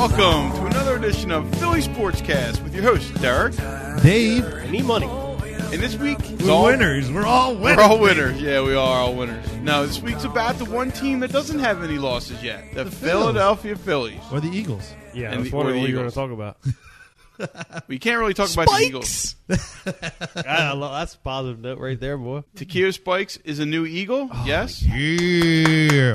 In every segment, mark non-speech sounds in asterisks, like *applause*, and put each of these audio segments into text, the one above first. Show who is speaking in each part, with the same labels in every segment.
Speaker 1: Welcome to another edition of Philly Sportscast with your host, Derek.
Speaker 2: Dave,
Speaker 3: Any money.
Speaker 1: And this week, is
Speaker 2: we're
Speaker 1: all-
Speaker 2: winners. We're all winners.
Speaker 1: We're all winners. Yeah, we are all winners. Now, this week's about the one team that doesn't have any losses yet the, Philadelphia Phillies.
Speaker 2: Or the Eagles.
Speaker 3: Yeah,
Speaker 1: And
Speaker 3: I was
Speaker 1: the-
Speaker 3: wondering
Speaker 1: or
Speaker 3: what
Speaker 1: the
Speaker 3: you were going
Speaker 1: Eagles.
Speaker 3: to talk about.
Speaker 1: We can't really talk about the Eagles.
Speaker 3: *laughs* I love, that's a positive note right there, boy.
Speaker 1: Takio Spikes is a new Eagle.
Speaker 2: Oh,
Speaker 1: yes.
Speaker 2: Yeah.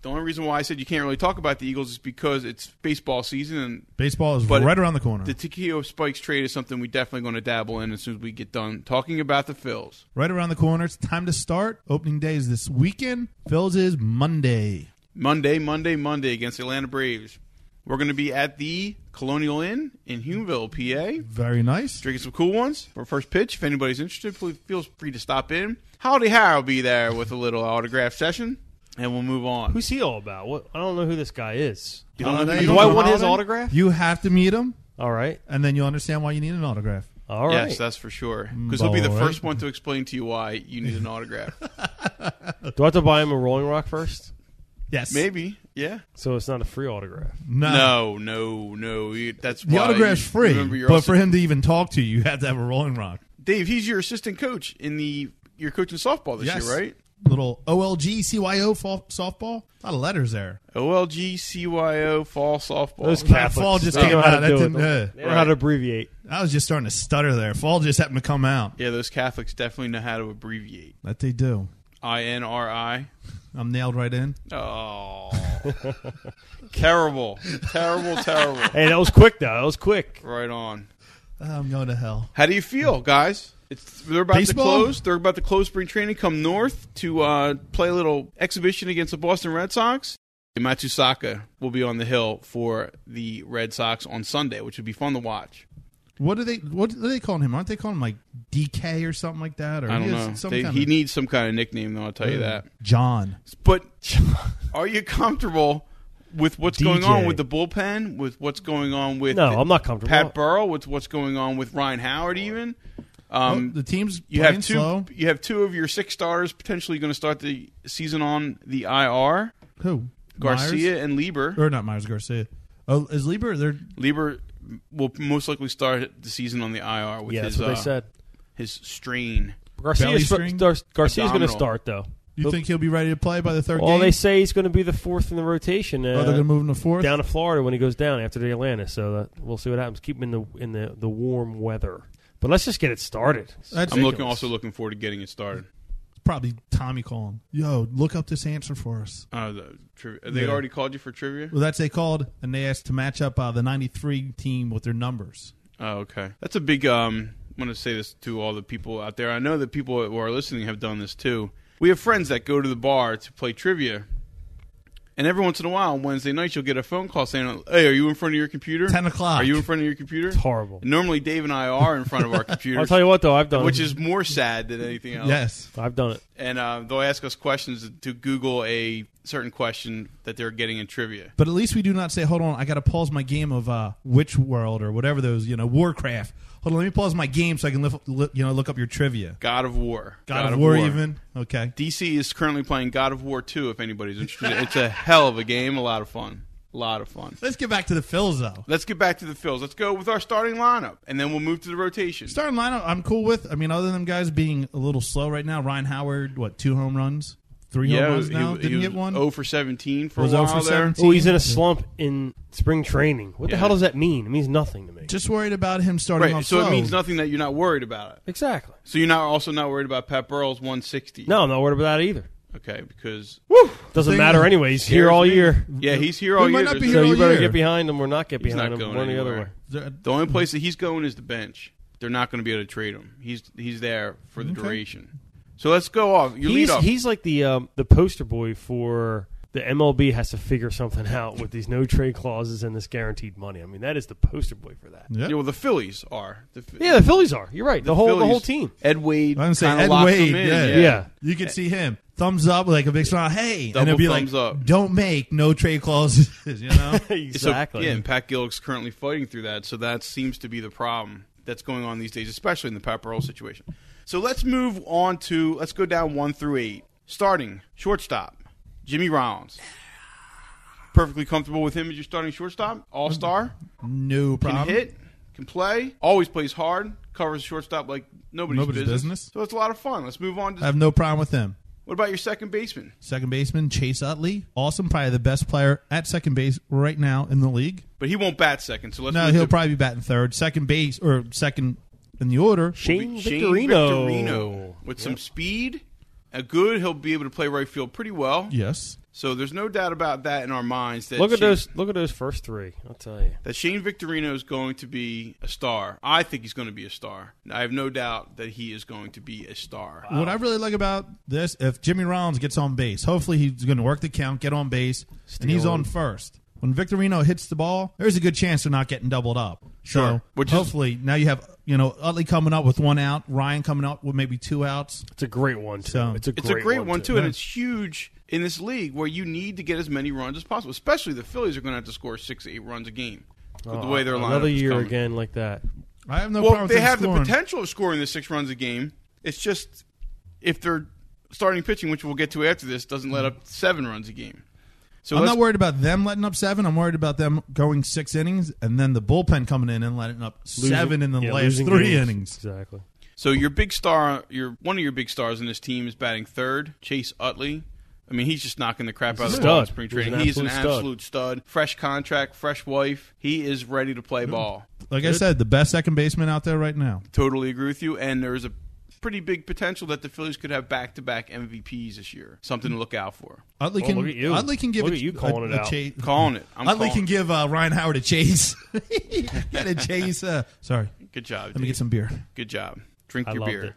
Speaker 1: The only reason why I said you can't really talk about the Eagles is because it's baseball season and
Speaker 2: Baseball is
Speaker 1: But
Speaker 2: right around the corner.
Speaker 1: the Takio Spikes trade is something we definitely going to dabble in as soon as we get done talking about the Phils.
Speaker 2: right around the corner. It's time to start. Opening day is this weekend. Phil's is Monday.
Speaker 1: Monday, Monday, Monday against the Atlanta Braves. We're going to be at the Colonial Inn in Humeville, PA.
Speaker 2: Very nice.
Speaker 1: Drinking some cool ones for first pitch. If anybody's interested, please feel free to stop in. Howdy Harry will be there with a little autograph session, and we'll move on.
Speaker 3: Who's he all about? What? I don't know who this guy is.
Speaker 1: You don't know
Speaker 2: Holiday.
Speaker 1: who
Speaker 3: Do
Speaker 1: you
Speaker 3: I
Speaker 1: are,
Speaker 3: want his
Speaker 1: Holiday?
Speaker 3: autograph?
Speaker 2: You have to meet him,
Speaker 3: All right.
Speaker 2: and then you'll understand why you need an autograph.
Speaker 3: All right.
Speaker 1: Yes, that's for sure.
Speaker 2: Mm,
Speaker 1: Because he'll be the
Speaker 2: All
Speaker 1: first
Speaker 2: right.
Speaker 1: one to explain to you why you need an
Speaker 2: *laughs*
Speaker 1: autograph.
Speaker 3: Do I have to buy him a Rolling Rock first?
Speaker 2: Yes.
Speaker 1: Maybe, yeah.
Speaker 3: So it's not a free autograph.
Speaker 1: No,
Speaker 2: No.
Speaker 1: no, no. you- That's
Speaker 2: Ah. The
Speaker 1: why
Speaker 2: autograph's
Speaker 1: you-
Speaker 2: free,
Speaker 1: remember you're
Speaker 2: but
Speaker 1: also-
Speaker 2: for him to even talk to you, you have to have a Rolling Rock.
Speaker 1: Dave, he's your assistant coach in the. You're coaching softball this
Speaker 2: Yes.
Speaker 1: year, right?
Speaker 2: Little OLG CYO fo- softball. A lot of letters there.
Speaker 1: OLG CYO fall softball.
Speaker 3: Those
Speaker 2: that
Speaker 3: Catholics.
Speaker 2: fall just
Speaker 3: they don't
Speaker 2: came
Speaker 3: know how
Speaker 2: out.
Speaker 3: to
Speaker 2: That
Speaker 3: do it.
Speaker 2: didn't- uh,
Speaker 3: They don't know how to abbreviate.
Speaker 2: I was just starting to stutter there. Fall just happened to come out.
Speaker 1: yeah, those Catholics definitely know how to abbreviate.
Speaker 2: That they do.
Speaker 1: I N R I.
Speaker 2: I'm nailed right in.
Speaker 1: Oh, terrible, terrible, terrible.
Speaker 3: Hey, that was quick, though. That was quick.
Speaker 1: Right on. Um,
Speaker 2: I'm going to hell.
Speaker 1: How do you feel, guys? It's they're about
Speaker 2: Baseball?
Speaker 1: to close. They're about to close spring training. Come north to uh, play a little exhibition against the Boston Red Sox. Matsusaka will be on the hill for the Red Sox on Sunday, which would be fun to watch.
Speaker 2: What do they? What are they calling him? Aren't they calling him like DK or something like that? Or
Speaker 1: I don't
Speaker 2: he has
Speaker 1: know.
Speaker 2: Some
Speaker 1: They-
Speaker 2: kind
Speaker 1: he
Speaker 2: of, Mm.
Speaker 1: needs some kind of nickname, though. I'll tell you that.
Speaker 2: John.
Speaker 3: *laughs*
Speaker 1: But are you comfortable with what's going
Speaker 3: DJ.
Speaker 1: on with the bullpen? With what's going on with
Speaker 3: No, I'm not comfortable.
Speaker 1: Pat Burrow? With what's going on with Ryan Howard? Even um,
Speaker 2: Well, Oh, the team's
Speaker 1: you
Speaker 2: playing
Speaker 1: have two.
Speaker 2: slow.
Speaker 1: You have two of your six starters potentially going to start the season on the IR.
Speaker 2: Who?
Speaker 1: Garcia
Speaker 2: Myers? Er,
Speaker 1: and Lieber.
Speaker 2: or not Myers Garcia? Oh, is Lieber? They're
Speaker 1: Lieber will most likely start the season on the IR with
Speaker 3: Yeah,
Speaker 1: his
Speaker 3: that's what
Speaker 1: uh,
Speaker 3: they said.
Speaker 1: his strain.
Speaker 2: Belly
Speaker 3: Garcia's,
Speaker 2: string?
Speaker 3: Gar- Garcia's going to
Speaker 1: Abdominal.
Speaker 3: start, though.
Speaker 2: you think he'll be ready to play by the third
Speaker 3: Well,
Speaker 2: game?
Speaker 3: they say he's going to be the fourth in the rotation. Uh,
Speaker 2: oh, they're going to move him to fourth.
Speaker 3: down to Florida when he goes down after the Atlanta. So that, we'll see what happens. Keep him in the in the, the warm weather. But let's just get it started.
Speaker 2: That's
Speaker 1: I'm looking
Speaker 3: ridiculous.
Speaker 1: also looking forward to getting it started.
Speaker 2: probably Tommy calling. Yo, look up this answer for us.
Speaker 1: Uh, the tri- they
Speaker 2: Yeah.
Speaker 1: already called you for trivia.
Speaker 2: Well, that's they called, and they asked to match up uh, the '93 team with their numbers.
Speaker 1: Oh, okay. That's a big. Um, I'm going to say this to all the people out there. I know that people who are listening have done this too. We have friends that go to the bar to play trivia, and every once in a while, on Wednesday night, you'll get a phone call saying, "Hey, are you in front of your computer?
Speaker 2: 10 o'clock.
Speaker 1: Are you in front of your computer?
Speaker 3: It's horrible.
Speaker 1: Normally, Dave and I are in front
Speaker 3: *laughs*
Speaker 1: of our
Speaker 3: I'll
Speaker 1: computers,
Speaker 3: tell you what though, I've done
Speaker 1: which is more sad than anything else.
Speaker 2: Yes.
Speaker 3: I've done it.
Speaker 1: And uh, they'll ask us questions to Google a certain question that they're getting in trivia.
Speaker 2: But at least we do not say, hold on, I got to pause my game of uh, Witch World or whatever those, you know, Warcraft. Hold on, let me pause my game so I can, lift, li- you know, look up your trivia.
Speaker 1: God of War.
Speaker 2: God, of, War, even. Okay.
Speaker 1: DC is currently playing God of War 2 if anybody's interested. it's a hell of a game, a lot of fun. A lot of fun.
Speaker 2: Let's get back to the Phils, though.
Speaker 1: Let's get back to the fills. Let's go with our starting lineup, and then we'll move to the rotation.
Speaker 2: Starting lineup, I'm cool with. I mean, other than them guys being a little slow right now, Ryan Howard, what, two home runs? Three home runs now?
Speaker 1: he
Speaker 2: Didn't
Speaker 1: was oh.
Speaker 2: get one?
Speaker 1: 0 for 17 for
Speaker 2: Was
Speaker 1: a
Speaker 2: 0
Speaker 1: while
Speaker 2: for
Speaker 1: there.
Speaker 2: 17.
Speaker 3: Oh, he's in a slump in spring training. What
Speaker 1: Yeah.
Speaker 3: the hell does that mean? It means nothing to me.
Speaker 2: Just worried about him starting
Speaker 1: Right,
Speaker 2: off
Speaker 1: so
Speaker 2: slow.
Speaker 1: it means nothing that you're not worried about it.
Speaker 3: exactly.
Speaker 1: So you're not also not worried about Pat Burrell's 160.
Speaker 3: No, I'm not worried about that either.
Speaker 1: Okay, because
Speaker 3: Doesn't
Speaker 2: Thing
Speaker 3: matter
Speaker 2: is-
Speaker 3: anyway. He's here all
Speaker 1: Scares me.
Speaker 3: year.
Speaker 1: yeah, he's here
Speaker 2: We
Speaker 1: all
Speaker 2: might
Speaker 1: year.
Speaker 2: not be
Speaker 1: There's
Speaker 2: here
Speaker 3: So
Speaker 1: no-
Speaker 2: all
Speaker 3: you better
Speaker 2: year.
Speaker 3: get behind him or not get
Speaker 1: He's
Speaker 3: behind
Speaker 1: not
Speaker 3: him.
Speaker 1: going
Speaker 3: One or the other way.
Speaker 1: anywhere.
Speaker 2: They're-
Speaker 1: The only place that he's going is the bench. They're not going to be able to trade him. He's he's there for the
Speaker 2: Okay.
Speaker 1: duration. So let's go off. Your
Speaker 3: He's,
Speaker 1: lead off.
Speaker 3: he's like the um, the poster boy for the MLB has to figure something out with these no trade clauses and this guaranteed money. I mean, that is the poster boy for that.
Speaker 2: Yeah.
Speaker 1: Yeah, well, the Phillies are. The, Ph-
Speaker 3: Yeah, the Phillies are. You're right. The, whole the
Speaker 1: Phillies. *laughs*
Speaker 3: whole team.
Speaker 1: Ed Wade.
Speaker 2: I'm going to say
Speaker 1: kinda
Speaker 2: Ed
Speaker 1: locked
Speaker 2: Wade.
Speaker 1: them in,
Speaker 2: yeah.
Speaker 3: Yeah.
Speaker 2: You could see him. Thumbs up, like a big smile. Hey.
Speaker 1: Double
Speaker 2: and it'll be
Speaker 1: thumbs
Speaker 2: like,
Speaker 1: up.
Speaker 2: don't make no trade clauses, *laughs* you know?
Speaker 1: So,
Speaker 3: exactly.
Speaker 1: yeah, and Pat Gillick's currently fighting through that, so that seems to be the problem that's going on these days, especially in the Pat Burrell situation. So let's move on to let's go down one through eight. Starting shortstop, Jimmy Rollins. perfectly comfortable with him as your starting shortstop. All star,
Speaker 2: No
Speaker 1: can
Speaker 2: problem.
Speaker 1: hit, can play, always plays hard, covers shortstop like nobody's,
Speaker 2: Nobody's
Speaker 1: business.
Speaker 2: business. Uh,
Speaker 1: So it's a lot of fun. Let's move on.
Speaker 2: I
Speaker 1: to
Speaker 2: have no problem with him.
Speaker 1: What about your second baseman?
Speaker 2: Second baseman Chase Utley, awesome, probably the best player at second base right now in the league.
Speaker 1: But he won't bat second, so let's
Speaker 2: No,
Speaker 1: move
Speaker 2: he'll
Speaker 1: to
Speaker 2: probably be batting third, second base or second in the order.
Speaker 3: Shane,
Speaker 1: Shane
Speaker 3: Victorino.
Speaker 1: Victorino. with some speed. A good, he'll be able to play right field pretty well.
Speaker 2: Yes,
Speaker 1: So there's no doubt about that in our minds. That
Speaker 3: Look at
Speaker 1: Shane-
Speaker 3: those. Look at those first three. I'll tell you.
Speaker 1: that Shane Victorino is going to be a star. I think he's going to be a star. I have no doubt that he is going to be a star.
Speaker 2: What I really like about this, if Jimmy Rollins gets on base, hopefully he's going to work the count, get on base, and he's
Speaker 3: Steal.
Speaker 2: on first. When Victorino hits the ball, there's a good chance they're not getting doubled up.
Speaker 1: Sure.
Speaker 2: So
Speaker 1: Which is-
Speaker 2: hopefully now you have you know Utley coming up with one out, Ryan coming up with maybe two outs.
Speaker 3: It's a great one too.
Speaker 2: So-
Speaker 3: it's a great,
Speaker 1: It's a great one, too, and
Speaker 2: Yeah.
Speaker 1: it's huge in this league where you need to get as many runs as possible. Especially the Phillies are going to have to score six to eight runs a game with the
Speaker 3: Oh,
Speaker 1: way their lineup
Speaker 3: another
Speaker 1: is
Speaker 3: year
Speaker 1: coming.
Speaker 3: again like that.
Speaker 2: I have no
Speaker 1: Well,
Speaker 2: problem.
Speaker 1: they
Speaker 2: with him
Speaker 1: have the
Speaker 2: scoring.
Speaker 1: potential of scoring the six runs a game. It's just if they're starting pitching, which we'll get to after this, doesn't let up seven runs a game. So
Speaker 2: I'm
Speaker 1: let's-
Speaker 2: not worried about them letting up seven. I'm worried about them going six innings and then the bullpen coming in and letting up
Speaker 3: Losing-
Speaker 2: seven in the
Speaker 3: yeah,
Speaker 2: last
Speaker 3: losing
Speaker 2: three
Speaker 3: games.
Speaker 2: innings.
Speaker 3: Exactly.
Speaker 1: So your big star, your one of your big stars in this team is batting third, Chase Utley. I mean, he's just knocking the crap out of
Speaker 3: He's
Speaker 1: the
Speaker 3: a
Speaker 1: ball in
Speaker 3: stud.
Speaker 1: spring
Speaker 3: He's an
Speaker 1: training. He's an
Speaker 3: absolute stud.
Speaker 1: absolute stud. Fresh contract, fresh wife. He is ready to play ball.
Speaker 2: Like I said, the best second baseman out there right now.
Speaker 1: Totally agree with you. And there's a pretty big potential that the Phillies could have back-to-back MVPs this year. Something to look out for.
Speaker 2: Utley
Speaker 3: Oh,
Speaker 2: can.
Speaker 3: look at you.
Speaker 2: Utley can give
Speaker 3: Look
Speaker 2: a,
Speaker 3: at you
Speaker 2: a-
Speaker 3: calling it
Speaker 2: a
Speaker 3: out.
Speaker 2: chase-
Speaker 1: Calling it. I'm
Speaker 2: Utley
Speaker 1: calling
Speaker 2: can
Speaker 1: it.
Speaker 2: give uh, Ryan Howard a chase. *laughs* Get a chase. Uh, sorry,
Speaker 1: Good job.
Speaker 2: let me
Speaker 1: Dave.
Speaker 2: get some beer.
Speaker 1: Good job. Drink
Speaker 3: I
Speaker 1: your
Speaker 3: loved
Speaker 1: beer.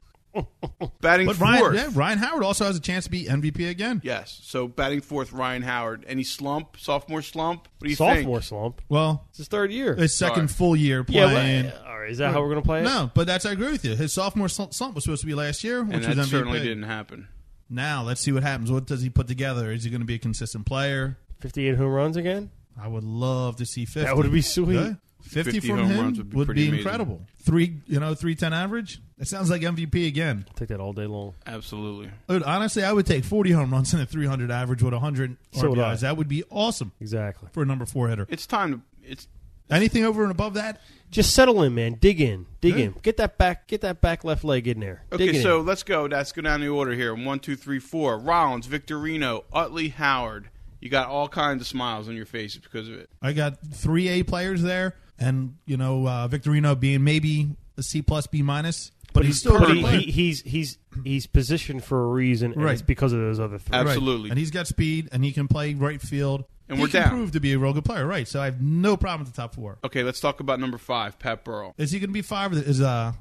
Speaker 1: batting
Speaker 2: But
Speaker 1: fourth.
Speaker 2: Ryan, yeah, Ryan Howard also has a chance to be MVP again.
Speaker 1: Yes. So batting fourth, Ryan Howard. Any slump? Sophomore slump? What do you
Speaker 3: it. Sophomore
Speaker 1: think?
Speaker 3: slump.
Speaker 2: Well,
Speaker 3: It's his third year.
Speaker 2: his second
Speaker 1: Sorry.
Speaker 2: full year
Speaker 3: yeah. well,
Speaker 2: playing.
Speaker 3: yeah, all right. Is that how we're gonna play it?
Speaker 2: no, but that's I agree with you. His sophomore slump slump was supposed to be last year, which
Speaker 1: And that
Speaker 2: was MVP.
Speaker 1: certainly didn't happen.
Speaker 2: Now let's see what happens. What does he put together? Is he going to be a consistent player?
Speaker 3: Fifty-eight home runs again.
Speaker 2: I would love to see fifty.
Speaker 3: That would be sweet.
Speaker 2: Yeah. 50,
Speaker 1: 50
Speaker 2: from
Speaker 1: home
Speaker 2: him
Speaker 1: runs would be
Speaker 2: would
Speaker 1: pretty
Speaker 2: be
Speaker 1: amazing.
Speaker 2: incredible. Three, you know, three ten average. That sounds like MVP again.
Speaker 3: Take that all day long.
Speaker 1: Absolutely.
Speaker 2: Dude, honestly, I would take 40 home runs and a 300 average with 100
Speaker 3: So would I.
Speaker 2: RBIs. That would be awesome
Speaker 3: Exactly.
Speaker 2: for a number four hitter.
Speaker 1: It's time to. It's
Speaker 2: Anything over and above that,
Speaker 3: Just settle in, man. Dig in. Dig
Speaker 2: Yeah.
Speaker 3: in. Get that back. Get that back left leg in there. Dig
Speaker 1: okay.
Speaker 3: in.
Speaker 1: So let's go. Let's go down the order here. One, two, three, four. Rollins, Victorino, Utley, Howard. You got all kinds of smiles on your faces because of it.
Speaker 2: I got three A players there, and you know, uh, Victorino being maybe a C plus B minus, but, he's still a
Speaker 3: but
Speaker 2: good
Speaker 3: he,
Speaker 2: player.
Speaker 3: he, he's he's he's positioned for a reason, and
Speaker 2: Right.
Speaker 3: it's because of those other three.
Speaker 1: Absolutely.
Speaker 2: Right. And he's got speed, and he can play right field.
Speaker 1: And
Speaker 2: he
Speaker 1: we're
Speaker 2: can
Speaker 1: down.
Speaker 2: prove to be a real good player, right? So I have no problem with the top four.
Speaker 1: Okay. Let's talk about number five, Pat Burrow.
Speaker 2: Is he going to be five? Or is uh,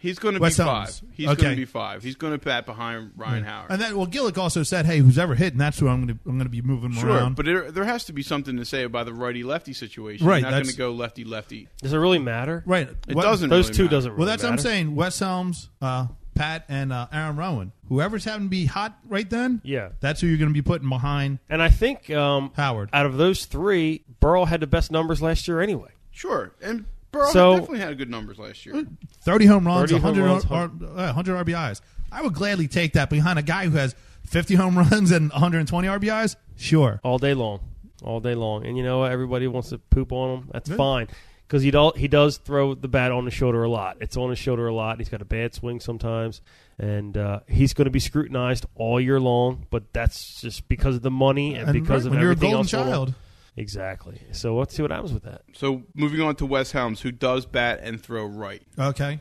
Speaker 1: He's going to be
Speaker 2: Wes
Speaker 1: five.
Speaker 2: Helms.
Speaker 1: He's
Speaker 2: Okay.
Speaker 1: going to be five. He's going to bat behind Ryan Howard.
Speaker 2: and that well, Gillick also said, "Hey, who's ever hitting? That's who I'm going to I'm going to be moving
Speaker 1: Sure,
Speaker 2: around."
Speaker 1: but there, there has to be something to say about the righty lefty situation.
Speaker 2: Right,
Speaker 1: You're not going
Speaker 2: that's-
Speaker 1: to go lefty lefty.
Speaker 3: Does it really matter?
Speaker 2: right,
Speaker 1: It
Speaker 2: What-
Speaker 1: doesn't.
Speaker 3: Those
Speaker 1: really
Speaker 3: two
Speaker 1: matter.
Speaker 3: doesn't. Really
Speaker 2: Well, that's what I'm
Speaker 3: matter.
Speaker 2: saying. Wes Helms, uh, Pat, and uh, Aaron Rowan. Whoever's having to be hot right then,
Speaker 3: Yeah,
Speaker 2: that's who you're going to be putting behind
Speaker 3: and I think um,
Speaker 2: Howard.
Speaker 3: out of those three, Burrow had the best numbers last year anyway.
Speaker 1: Sure, and Burrow
Speaker 3: So-
Speaker 1: definitely had good numbers last year.
Speaker 2: 30 home runs,
Speaker 3: 30 home
Speaker 2: 100,
Speaker 3: runs,
Speaker 2: R- uh, 100 RBIs. I would gladly take that behind a guy who has 50 home *laughs* runs and 120 RBIs. Sure.
Speaker 3: all day long, all day long. And you know what? Everybody wants to poop on him. That's fine because he do, he does throw the bat on the shoulder a lot. It's on his shoulder a lot. He's got a bad swing sometimes, and uh, he's going to be scrutinized all year long. But that's just because of the money and, because
Speaker 2: right,
Speaker 3: of
Speaker 2: when you're a
Speaker 3: everything
Speaker 2: golden
Speaker 3: else. going on.
Speaker 2: child,
Speaker 3: Exactly. So let's see what happens with that.
Speaker 1: So moving on to Wes Helms, who does bat and throw right.
Speaker 2: okay,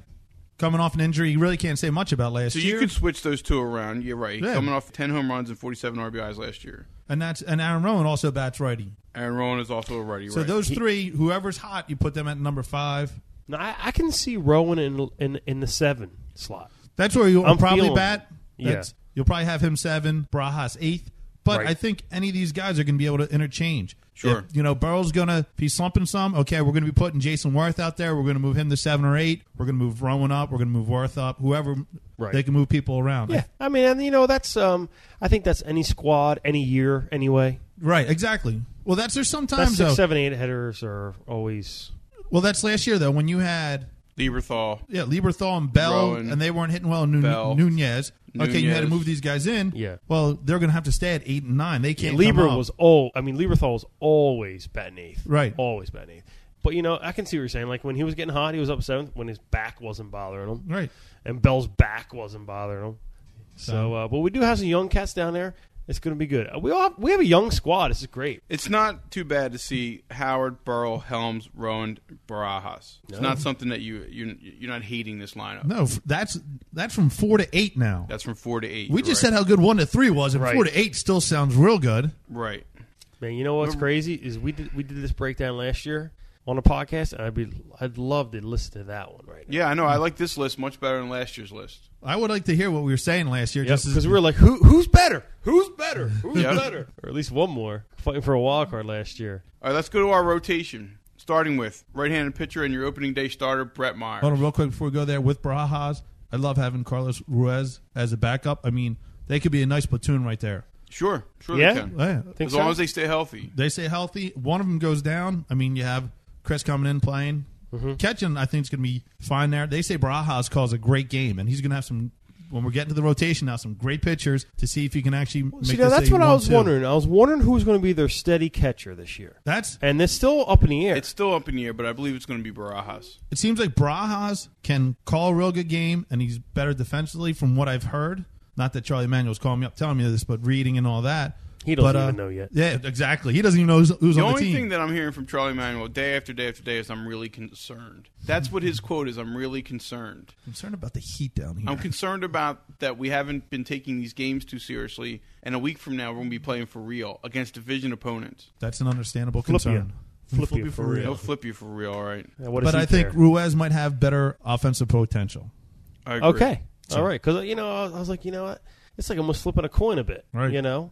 Speaker 2: coming off an injury, you really can't say much about last
Speaker 1: So
Speaker 2: year.
Speaker 1: you could switch those two around. You're right.
Speaker 2: Yeah.
Speaker 1: Coming off 10 home runs and 47 RBIs last year.
Speaker 2: and that's and Aaron Rowan also bats righty.
Speaker 1: Aaron Rowan is also a righty.
Speaker 2: So
Speaker 1: right.
Speaker 2: those three, whoever's hot, you put them at number five.
Speaker 3: Now I, I can see Rowan in in in the seven slot.
Speaker 2: That's where you'll
Speaker 3: I'm
Speaker 2: probably
Speaker 3: feeling
Speaker 2: bat.
Speaker 3: it.
Speaker 2: That's, You'll probably have him seven, Barajas eighth. But
Speaker 3: Right.
Speaker 2: I think any of these guys are going to be able to interchange.
Speaker 1: Sure.
Speaker 2: If, you know, Burrow's going to, if he's slumping some, okay, we're going to be putting Jason Worth out there. We're going to move him to seven or eight. We're going to move Rowan up. We're going to move Worth up. Whoever,
Speaker 3: Right.
Speaker 2: they can move people around.
Speaker 3: Yeah, I mean, and you know, that's um, I think that's any squad, any year, anyway.
Speaker 2: Right, exactly. Well, that's there's
Speaker 3: That's
Speaker 2: sometimes,
Speaker 3: six,
Speaker 2: though.
Speaker 3: seven, eight hitters are always
Speaker 2: Well, that's last year, though, when you had
Speaker 1: Lieberthal.
Speaker 2: Yeah, Lieberthal and Bell,
Speaker 1: Rowan,
Speaker 2: and they weren't hitting well. Nu-
Speaker 1: Bell.
Speaker 2: Nunez. Okay, you had to
Speaker 1: Nunez.
Speaker 2: move these guys in.
Speaker 3: Yeah.
Speaker 2: Well, they're going to have to stay at eight and nine. They can't.
Speaker 3: Yeah,
Speaker 2: come
Speaker 3: Lieber
Speaker 2: up.
Speaker 3: was all. I mean, Lieberthal was always batting eighth.
Speaker 2: Right.
Speaker 3: Always batting eighth. But you know, I can see what you're saying. Like when he was getting hot, he was up seventh when his back wasn't bothering him,
Speaker 2: right.
Speaker 3: and Bell's back wasn't bothering him. So, uh, but we do have some young cats down there. It's going to be good. Uh, We all have, we have a young squad. This is great.
Speaker 1: It's not too bad to see Howard, Burl, Helms, Rowan, Barajas. It's not something that you you're, you're not hating this lineup.
Speaker 2: No, f- that's that's from four to eight now.
Speaker 1: That's from four to eight.
Speaker 2: we
Speaker 1: you're
Speaker 2: just
Speaker 1: right.
Speaker 2: said how good one to three was, and
Speaker 3: Right.
Speaker 2: four to eight still sounds real good.
Speaker 1: right.
Speaker 3: Man, you know what's crazy is we did we did this breakdown last year on a podcast, and I'd be I'd love to listen to that one right now.
Speaker 1: Yeah, I know. I like this list much better than last year's list.
Speaker 2: I would like to hear what we were saying last year. just
Speaker 3: because
Speaker 2: as,
Speaker 3: we were like, who who's better? Who's better? Who's
Speaker 1: Yeah.
Speaker 3: better? Or at least one more fighting for a wild card last year.
Speaker 1: All right, let's go to our rotation. Starting with right-handed pitcher and your opening day starter, Brett Meyer.
Speaker 2: hold on real quick before we go there with Barajas. I love having Carlos Ruiz as a backup. I mean, they could be a nice platoon right there.
Speaker 1: Sure, sure
Speaker 3: Yeah?
Speaker 1: they can.
Speaker 2: Yeah.
Speaker 3: Think
Speaker 1: as
Speaker 3: so?
Speaker 1: long as they stay healthy.
Speaker 2: They stay healthy. One of them goes down. I mean, you have Chris coming in playing.
Speaker 3: Mm-hmm.
Speaker 2: Catching, I think, is going to be fine there. They say Barajas calls a great game, and he's going to have some. When we're getting to the rotation now, some great pitchers to see if he can actually. Make
Speaker 3: See, now
Speaker 2: this
Speaker 3: that's
Speaker 2: a
Speaker 3: what I was
Speaker 2: one-two.
Speaker 3: wondering. I was wondering who was going to be their steady catcher this year,
Speaker 2: That's
Speaker 3: and they're still up in the air.
Speaker 1: It's still up in the air, but I believe it's going to be Barajas.
Speaker 2: it seems like Barajas can call a real good game, and he's better defensively from what I've heard. Not that Charlie Manuel's calling me up telling me this, but reading and all that.
Speaker 3: He doesn't
Speaker 2: But, uh,
Speaker 3: even know yet.
Speaker 2: Yeah, exactly. He doesn't even know who's, who's
Speaker 1: The
Speaker 2: on the
Speaker 1: only
Speaker 2: team.
Speaker 1: thing that I'm hearing from Charlie Manuel day after day after day is I'm really concerned. That's what his quote is. I'm really concerned.
Speaker 2: concerned about the heat down here.
Speaker 1: I'm concerned about that we haven't been taking these games too seriously, and a week from now we're going to be playing for real against division opponents.
Speaker 2: That's an understandable
Speaker 3: Flip you.
Speaker 2: concern.
Speaker 3: Flip you
Speaker 2: you
Speaker 3: for real.
Speaker 1: They'll flip you for real, all right?
Speaker 3: Yeah, what does
Speaker 2: But
Speaker 3: he
Speaker 2: I think
Speaker 3: care?
Speaker 2: Ruiz might have better offensive potential.
Speaker 1: I agree.
Speaker 3: okay, all right, because you know I was- I was like, you know what, it's like almost flipping a coin a bit,
Speaker 2: Right.
Speaker 3: you know,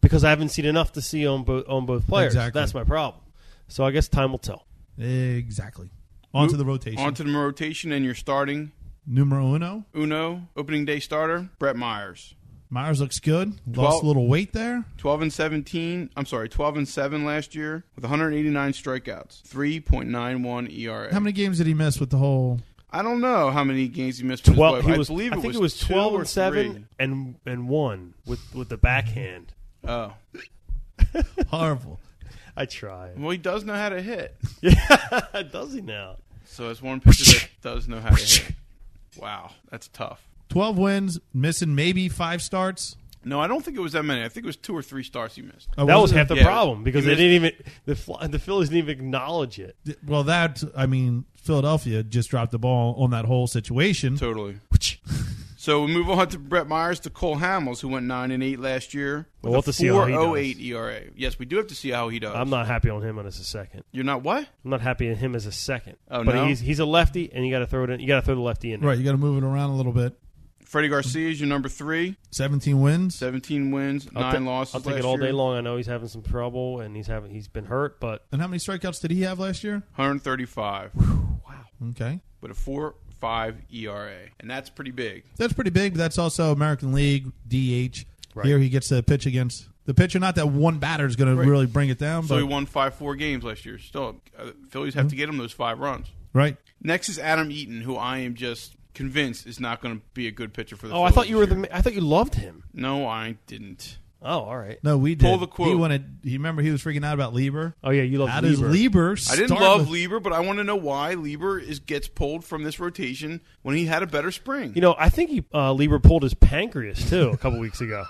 Speaker 3: because I haven't seen enough to see on both on both players.
Speaker 2: Exactly.
Speaker 3: That's my problem. So I guess time will tell.
Speaker 2: Exactly. On to the rotation.
Speaker 1: On to the rotation, and you're starting
Speaker 2: Numero uno.
Speaker 1: Uno, opening day starter, Brett Myers.
Speaker 2: Myers looks good. Lost
Speaker 1: Twelve.
Speaker 2: a little weight there.
Speaker 1: 12 and 17, I'm sorry, 12 and 7 last year with 189 strikeouts, 3.91 ERA.
Speaker 2: How many games did he miss with the
Speaker 3: *laughs*
Speaker 2: whole?
Speaker 1: E I don't know how many games he missed. with his
Speaker 3: Twelve.
Speaker 1: wife.
Speaker 3: He
Speaker 1: I
Speaker 3: was.
Speaker 1: believe it
Speaker 3: think
Speaker 1: was
Speaker 3: it was
Speaker 1: two
Speaker 3: twelve
Speaker 1: or
Speaker 3: and seven
Speaker 1: three.
Speaker 3: and and one with with the backhand.
Speaker 1: Oh,
Speaker 2: Horrible.
Speaker 3: I try.
Speaker 1: *laughs* well, he does know how to hit.
Speaker 3: *laughs* Does he now?
Speaker 1: So it's one pitcher that does know how to hit. Wow, that's tough.
Speaker 2: Twelve wins, missing maybe five starts.
Speaker 1: No, I don't think it was that many. I think it was two or three starts he missed.
Speaker 2: Oh,
Speaker 3: That was
Speaker 2: was it?
Speaker 3: half the
Speaker 1: Yeah.
Speaker 3: problem because
Speaker 1: He
Speaker 3: they
Speaker 1: missed-
Speaker 3: didn't even the Fly- the Phillies didn't even acknowledge it.
Speaker 2: Well, that I mean, Philadelphia just dropped the ball on that whole situation.
Speaker 1: Totally. *laughs* So we move on to Brett Myers to Cole Hamels, who went nine and eight last year with
Speaker 3: We'll have
Speaker 1: a
Speaker 3: to see how he does.
Speaker 1: 4.08 ERA. E Yes, we do have to see how he does.
Speaker 3: I'm not happy on him on as a second.
Speaker 1: You're not what?
Speaker 3: I'm not happy on him as a second.
Speaker 1: Oh,
Speaker 3: but
Speaker 1: no?
Speaker 3: he's he's a lefty, and you got to throw it. In, you got to throw the lefty in. there.
Speaker 2: Right, you got to move it around a little bit.
Speaker 1: Freddie Garcia is your number three.
Speaker 2: Seventeen wins.
Speaker 1: 17 wins,
Speaker 3: I'll
Speaker 1: nine
Speaker 3: ta-
Speaker 1: losses.
Speaker 3: I'll take
Speaker 1: last
Speaker 3: it all day
Speaker 1: year.
Speaker 3: long. I know he's having some trouble, and he's having he's been hurt, but
Speaker 2: And how many strikeouts did he have last year?
Speaker 1: 135
Speaker 2: Okay,
Speaker 1: with a 4 5 ERA. And that's pretty big.
Speaker 2: that's pretty big. But that's also American League DH.
Speaker 3: Right.
Speaker 2: Here he gets to pitch against the pitcher. Not that one batter is going to really bring it down,
Speaker 1: So
Speaker 2: but
Speaker 1: he won 5 4 games last year. Still, uh, Phillies
Speaker 3: Mm-hmm.
Speaker 1: have to get him those five runs.
Speaker 2: right.
Speaker 1: Next is Adam Eaton, who I am just convinced is not going to be a good pitcher for the
Speaker 3: oh, I thought
Speaker 1: Phillies
Speaker 3: you were
Speaker 1: this year.
Speaker 3: the I thought you loved him.
Speaker 1: No, I didn't.
Speaker 3: Oh, all right.
Speaker 2: No, we did.
Speaker 1: Pull the quote.
Speaker 2: He wanted. He remember he was freaking out about Lieber.
Speaker 3: Oh yeah, you loved
Speaker 2: How
Speaker 3: Lieber.
Speaker 2: does Lieber?
Speaker 1: I
Speaker 2: Start
Speaker 1: didn't love
Speaker 2: with-
Speaker 1: Lieber, but I want to know why Lieber is gets pulled from this rotation when he had a better spring.
Speaker 3: You know, I think he uh, Lieber pulled his pancreas too a couple weeks *laughs* ago.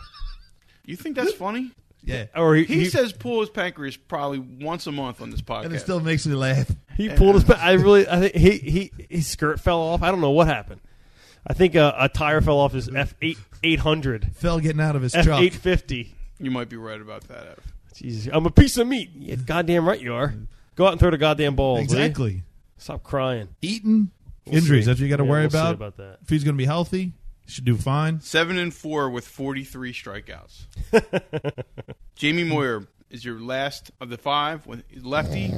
Speaker 1: you think that's funny?
Speaker 2: Yeah,
Speaker 3: Or he,
Speaker 1: He,
Speaker 3: he,
Speaker 1: says pull his pancreas probably once a month on this podcast.
Speaker 2: and it still makes me laugh.
Speaker 3: he pulled his. pa- *laughs* I really, I think he, he his skirt fell off. I don't know what happened. I think uh, a, a tire fell off his F eight eight hundred
Speaker 2: Phil getting out of his
Speaker 3: F
Speaker 2: truck.
Speaker 3: eight fifty.
Speaker 1: you might be right about that. Ev.
Speaker 3: Jesus, I'm a piece of meat. Yeah, goddamn right you are. Go out and throw the goddamn ball. will ya?
Speaker 2: Exactly.
Speaker 3: Stop crying.
Speaker 2: Eaton
Speaker 3: eh? We'll
Speaker 2: injuries.
Speaker 3: see.
Speaker 2: That's what you got to
Speaker 3: Yeah,
Speaker 2: worry
Speaker 3: we'll see
Speaker 2: about.
Speaker 3: about that.
Speaker 2: If he's going to be healthy, he should do fine.
Speaker 1: Seven and four with forty three
Speaker 3: *laughs*
Speaker 1: strikeouts. Jamie Moyer is your last of the five with lefty.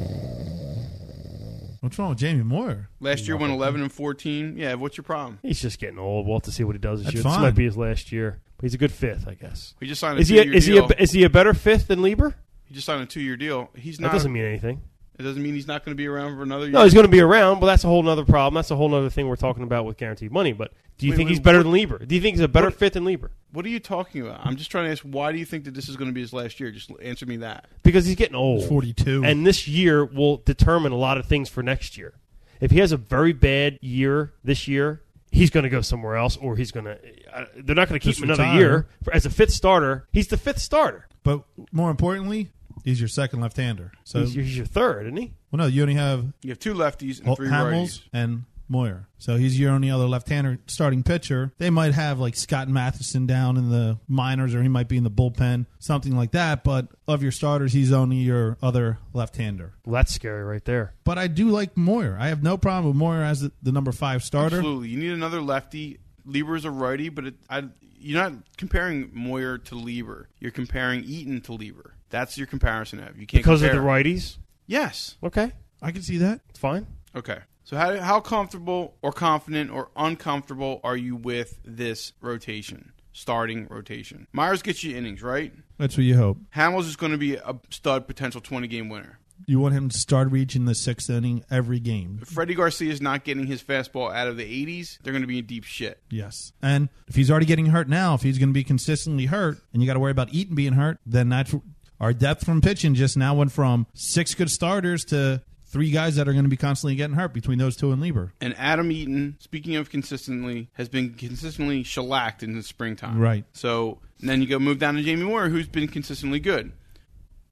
Speaker 2: What's wrong with Jamie Moore?
Speaker 1: Last year went eleven and fourteen. Yeah, what's your problem?
Speaker 3: He's just getting old. We'll have to see what he does this
Speaker 2: That's
Speaker 3: year. This
Speaker 2: fine.
Speaker 3: might be his last year. But he's a good fifth, I guess.
Speaker 1: He just signed a
Speaker 3: Is
Speaker 1: two
Speaker 3: he? A,
Speaker 1: year
Speaker 3: is
Speaker 1: deal.
Speaker 3: he? A, is he a better fifth than Lieber?
Speaker 1: he just signed a two year deal. He's
Speaker 3: That
Speaker 1: not.
Speaker 3: doesn't mean anything.
Speaker 1: It doesn't mean he's not going to be around for another year.
Speaker 3: No, he's going to be around, but that's a whole other problem. That's a whole other thing we're talking about with guaranteed money. But do you
Speaker 1: Wait,
Speaker 3: think
Speaker 1: wait,
Speaker 3: he's better
Speaker 1: what-
Speaker 3: than Lieber? Do you think he's a better
Speaker 1: what-
Speaker 3: fit than Lieber?
Speaker 1: what are you talking about? I'm just trying to ask. Why do you think that this is going to be his last year? Just answer me that.
Speaker 3: Because he's getting old.
Speaker 2: 42.
Speaker 3: And this year will determine a lot of things for next year. If he has a very bad year this year, he's going to go somewhere else, or he's going to. Uh, they're not going to keep
Speaker 2: Just
Speaker 3: him another
Speaker 2: retire.
Speaker 3: year For- as a fifth starter. He's the fifth starter.
Speaker 2: but more importantly, he's your second left-hander. So,
Speaker 3: He's, your- he's your third, isn't he?
Speaker 2: well, no, you only have
Speaker 1: You have two lefties and
Speaker 2: Well,
Speaker 1: three
Speaker 2: Hamels
Speaker 1: righties.
Speaker 2: and Moyer. So he's your only other left-hander starting pitcher. They might have like Scott Matheson down in the minors, or he might be in the bullpen, something like that. But of your starters, he's only your other left-hander.
Speaker 3: Well, that's scary right there.
Speaker 2: But I do like Moyer. I have no problem with Moyer as the, the number five starter.
Speaker 1: Absolutely, you need another lefty. Lieber's a righty, but it, I, you're not comparing Moyer to Lieber. You're comparing Eaton to Lieber. That's your comparison of. You can't
Speaker 3: Because of
Speaker 1: compare.
Speaker 3: the righties.
Speaker 1: Yes.
Speaker 3: Okay,
Speaker 2: I can see that.
Speaker 3: it's fine.
Speaker 1: Okay. So how how comfortable or confident or uncomfortable are you with this rotation? Starting rotation. Myers gets you innings, right?
Speaker 2: That's what you hope.
Speaker 1: Hamels is going to be a stud potential 20 game winner.
Speaker 2: You want him to start reaching the sixth inning every game.
Speaker 1: Freddie Garcia is not getting his fastball out of the 80s. They're going to be in deep shit.
Speaker 2: Yes. And if he's already getting hurt now, if he's going to be consistently hurt, and you got to worry about Eaton being hurt, then that's our depth from pitching just now went from six good starters to three guys that are going to be constantly getting hurt between those two and Lieber.
Speaker 1: And Adam Eaton, speaking of consistently, has been consistently shellacked in the springtime.
Speaker 2: Right.
Speaker 1: So and then you go move down to Jamie Moore, who's been consistently good.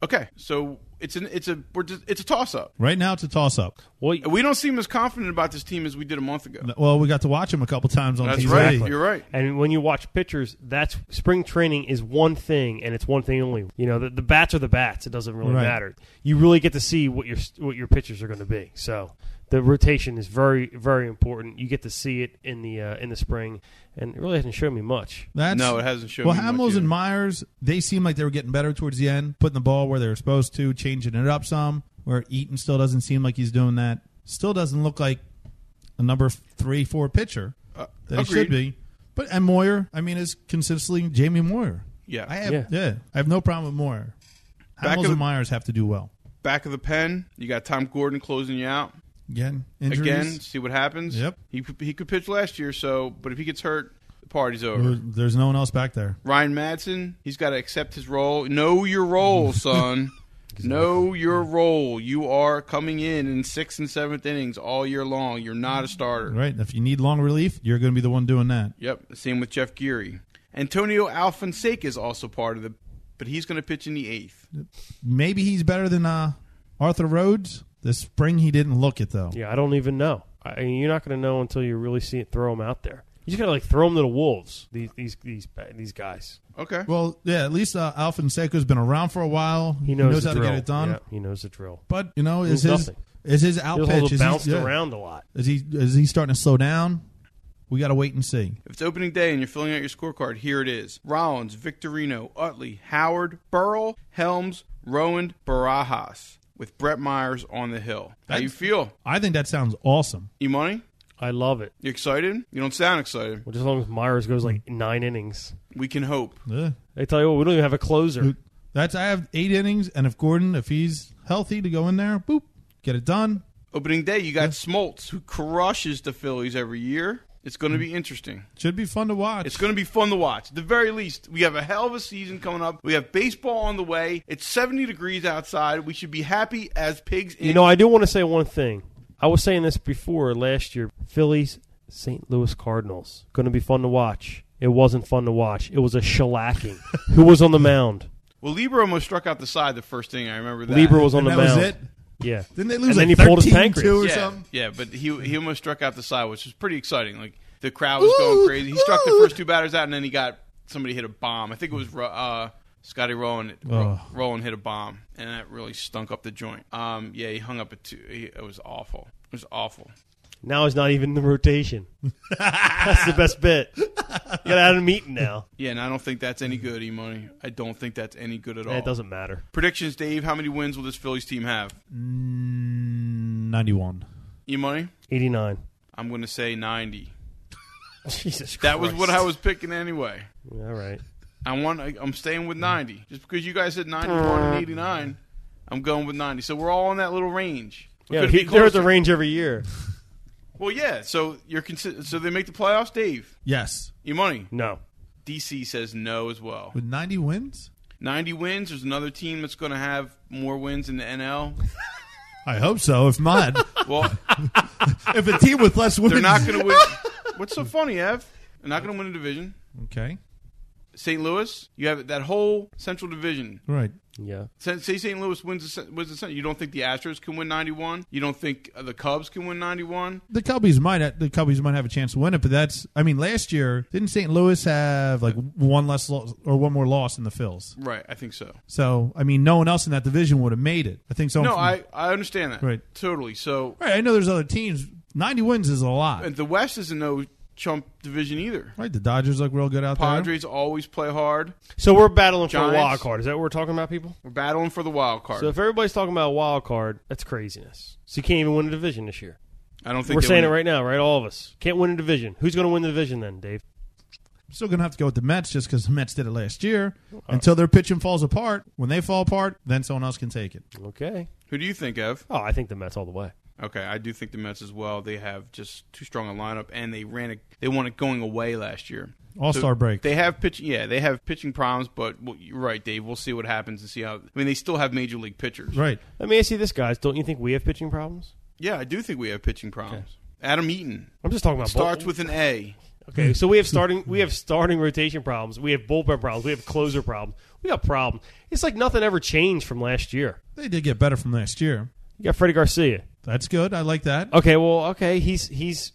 Speaker 1: Okay, so it's an it's a we're just, it's a toss up.
Speaker 2: Right now, it's a toss up.
Speaker 3: Well,
Speaker 1: We don't seem as confident about this team as we did a month ago.
Speaker 2: Well, we got to watch him a couple times on
Speaker 1: That's
Speaker 2: TV.
Speaker 1: right. You're right.
Speaker 3: And when you watch pitchers, that's spring training is one thing, and it's one thing only. You know, the, the bats are the bats. It doesn't really
Speaker 2: Right.
Speaker 3: matter. You really get to see what your what your pitchers are going to be. So the rotation is very very important. You get to see it in the uh, in the spring, and it really hasn't shown me much.
Speaker 2: That's,
Speaker 1: No, it hasn't shown
Speaker 2: Well,
Speaker 1: me much
Speaker 2: Hamels
Speaker 1: yet.
Speaker 2: and Myers, they seemed like they were getting better towards the end, putting the ball where they were supposed to, changing it up some. Where Eaton still doesn't seem like he's doing that. Still doesn't look like a number three, four pitcher
Speaker 1: Uh,
Speaker 2: that he should be. But and Moyer, I mean, is consistently Jamie Moyer.
Speaker 1: Yeah.
Speaker 2: I have
Speaker 3: Yeah.
Speaker 2: yeah, I have no problem with Moyer.
Speaker 1: Back of
Speaker 2: Hamels
Speaker 1: the-
Speaker 2: and Myers have to do well
Speaker 1: Back of the pen, you got Tom Gordon closing you out
Speaker 2: again. Injuries.
Speaker 1: again. See what happens.
Speaker 2: Yep.
Speaker 1: He could- he could pitch last year, so but if he gets hurt, the party's over.
Speaker 2: There- There's no one else back there.
Speaker 1: Ryan Madsen, he's got to accept his role. Know your role, son. know your role. You are coming in in sixth and seventh innings all year long. You're not a starter.
Speaker 2: Right. If you need long relief, you're going to be the one doing that.
Speaker 1: Yep. the Same with Jeff Geary. Antonio Alfonseca is also part of the, but he's going to pitch in the eighth.
Speaker 2: Maybe he's better than uh, Arthur Rhodes. This spring, he didn't look it though.
Speaker 3: Yeah, I don't even know. I, you're not going to know until you really see it. Throw them out there. You just got to like throw them to the wolves. These these these these guys.
Speaker 1: Okay.
Speaker 2: Well, yeah. At least uh, Alfonseco's been around for a while.
Speaker 3: He knows, the
Speaker 2: how
Speaker 3: drill.
Speaker 2: to get it done.
Speaker 3: Yeah, he knows the drill.
Speaker 2: But you know, is
Speaker 3: Means
Speaker 2: his
Speaker 3: nothing.
Speaker 2: is his out
Speaker 3: He was
Speaker 2: pitch
Speaker 3: also
Speaker 2: is
Speaker 3: bounced
Speaker 2: he, yeah.
Speaker 3: around a lot.
Speaker 2: Is he is he starting to slow down? We got to wait and see.
Speaker 1: If it's opening day and you're filling out your scorecard, here it is. Rollins, Victorino, Utley, Howard, Burl, Helms, Rowan, Barajas, with Brett Myers on the hill. How you
Speaker 2: That's-
Speaker 1: feel?
Speaker 2: I think that sounds awesome.
Speaker 1: You money?
Speaker 3: I love it.
Speaker 1: You excited? You don't sound excited.
Speaker 3: Well, just as long as Myers goes like
Speaker 2: Hmm.
Speaker 3: nine innings.
Speaker 1: We can hope.
Speaker 2: Yeah.
Speaker 3: They tell you what, we don't even have a closer.
Speaker 2: That's I have eight innings, and if Gordon, if he's healthy to go in there, boop, get it done.
Speaker 1: Opening day, you got Smoltz, who crushes the Phillies every year. It's going to
Speaker 3: Mm.
Speaker 1: be interesting.
Speaker 2: Should be fun to watch.
Speaker 1: It's going to be fun to watch. At the very least, we have a hell of a season coming up. We have baseball on the way. It's 70 degrees outside. We should be happy as pigs. In.
Speaker 3: You know, I do want to say one thing. I was saying this before last year. Phillies, St. Louis Cardinals. Going to be fun to watch. It wasn't fun to watch. It was
Speaker 2: *laughs*
Speaker 3: a shellacking. Who was on the mound?
Speaker 1: well, Lieber almost struck out the side the first thing I remember. That.
Speaker 3: Lieber was
Speaker 2: and
Speaker 3: on the
Speaker 2: that was
Speaker 3: mound.
Speaker 2: it.
Speaker 3: Yeah.
Speaker 2: Didn't they
Speaker 3: and
Speaker 2: lose
Speaker 3: then he
Speaker 2: like
Speaker 3: pulled his
Speaker 2: 13
Speaker 3: pancreas.
Speaker 2: two or
Speaker 1: yeah,
Speaker 2: something?
Speaker 1: Yeah, but he he almost struck out the side, which was pretty exciting. Like the crowd was going
Speaker 2: Ooh,
Speaker 1: crazy. He struck the
Speaker 2: ooh.
Speaker 1: first two batters out, and then he got somebody hit a bomb. I think it was Ro- uh, Scotty Rowan. Ro-
Speaker 2: Oh.
Speaker 1: Rowan hit a bomb, and that really stunk up the joint. Um, yeah, he hung up a two. He, it was awful. It was awful.
Speaker 3: Now he's not even in
Speaker 2: *laughs*
Speaker 3: the rotation. That's the best bit. You got to add a
Speaker 2: *laughs*
Speaker 3: meeting now.
Speaker 1: Yeah, and I don't think that's any good, E Money. I don't think that's any good at all.
Speaker 3: Mm. It doesn't matter.
Speaker 1: Predictions, Dave. How many wins will this Phillies team have?
Speaker 2: Mm, Ninety-one.
Speaker 1: E Money.
Speaker 3: 89.
Speaker 1: I'm going to say 90.
Speaker 3: *laughs* Jesus Christ.
Speaker 1: That was what I was picking anyway.
Speaker 3: All right. Mm.
Speaker 1: I want. I, I'm staying with 90. Just because you guys said 91 and 89, I'm going with 90. So we're all in that little range. We
Speaker 3: Yeah,
Speaker 1: could
Speaker 3: he,
Speaker 1: be
Speaker 3: they're at the
Speaker 1: closer.
Speaker 3: range every year.
Speaker 1: Well, yeah. So you're consi- so they make the playoffs, Dave.
Speaker 2: Yes,
Speaker 1: Your money.
Speaker 3: No,
Speaker 1: DC says no as well.
Speaker 2: with 90 wins.
Speaker 1: 90 wins. There's another team that's going to have more wins in the NL.
Speaker 2: I hope so. If
Speaker 1: *laughs*
Speaker 2: not,
Speaker 1: Well,
Speaker 2: if a team with less wins,
Speaker 1: they're not going to
Speaker 3: *laughs*
Speaker 1: win. What's so funny, Ev? They're not going to win a division.
Speaker 2: Okay,
Speaker 1: St. Louis, you have that whole Central Division.
Speaker 2: right.
Speaker 3: yeah,
Speaker 1: Say say St. Louis wins the, cen- wins the Central. You don't think the Astros can win 91? You don't think uh, the Cubs can win 91?
Speaker 2: The Cubbies might the Cubbies might have a chance to win it, but that's I mean last year didn't St. Louis have like one less loss or one more loss in the Phils?
Speaker 1: Right, I think so.
Speaker 2: So I mean no one else in that division would have made it. I think so.
Speaker 1: No, I, I understand that.
Speaker 2: Right.
Speaker 1: Totally. So,
Speaker 2: right. I know there's other teams. 90 wins is a lot.
Speaker 1: and the West isn't no chump division either.
Speaker 2: Right, the Dodgers look real good out
Speaker 3: Uh-huh.
Speaker 2: there.
Speaker 1: Padres always play hard.
Speaker 3: so we're battling for a
Speaker 1: Giants.
Speaker 3: wild card. Is that what we're talking about, people?
Speaker 1: We're battling for the wild card.
Speaker 3: So if everybody's talking about a wild card, that's craziness. So you can't even win a division this year.
Speaker 1: I don't think
Speaker 3: We're
Speaker 1: they
Speaker 3: saying it
Speaker 1: win
Speaker 3: right now, right? All of us can't win a division. Who's going to win the division then, Dave?
Speaker 2: I'm still going to have to go with the Mets just because the Mets did it last year. Until their pitching falls apart, when they fall apart, then someone else can take it.
Speaker 3: Okay.
Speaker 1: Who do you think, Ev?
Speaker 3: Oh, I think the Mets all the way.
Speaker 1: Okay, I do think the Mets as well. They have just too strong a lineup, and they ran it. They won it going away last year.
Speaker 2: All Star
Speaker 1: So
Speaker 2: break.
Speaker 1: They have pitching. Yeah, they have pitching problems, but well, you're right, Dave. We'll see what happens and see how. I mean, they still have major league pitchers.
Speaker 2: right.
Speaker 3: Let me ask you this, guys. Don't you think we have pitching problems?
Speaker 1: Yeah, I do think we have pitching problems. Adam Eaton
Speaker 3: I'm just talking about
Speaker 1: starts
Speaker 3: bull-
Speaker 1: with an A.
Speaker 3: Okay, so we have starting we have starting rotation problems. We have bullpen problems. We have closer problems. We got problems. It's like nothing ever changed from last year.
Speaker 2: They did get better from last year.
Speaker 3: You got Freddie Garcia.
Speaker 2: That's good. I like that.
Speaker 3: Okay, well, okay, he's he's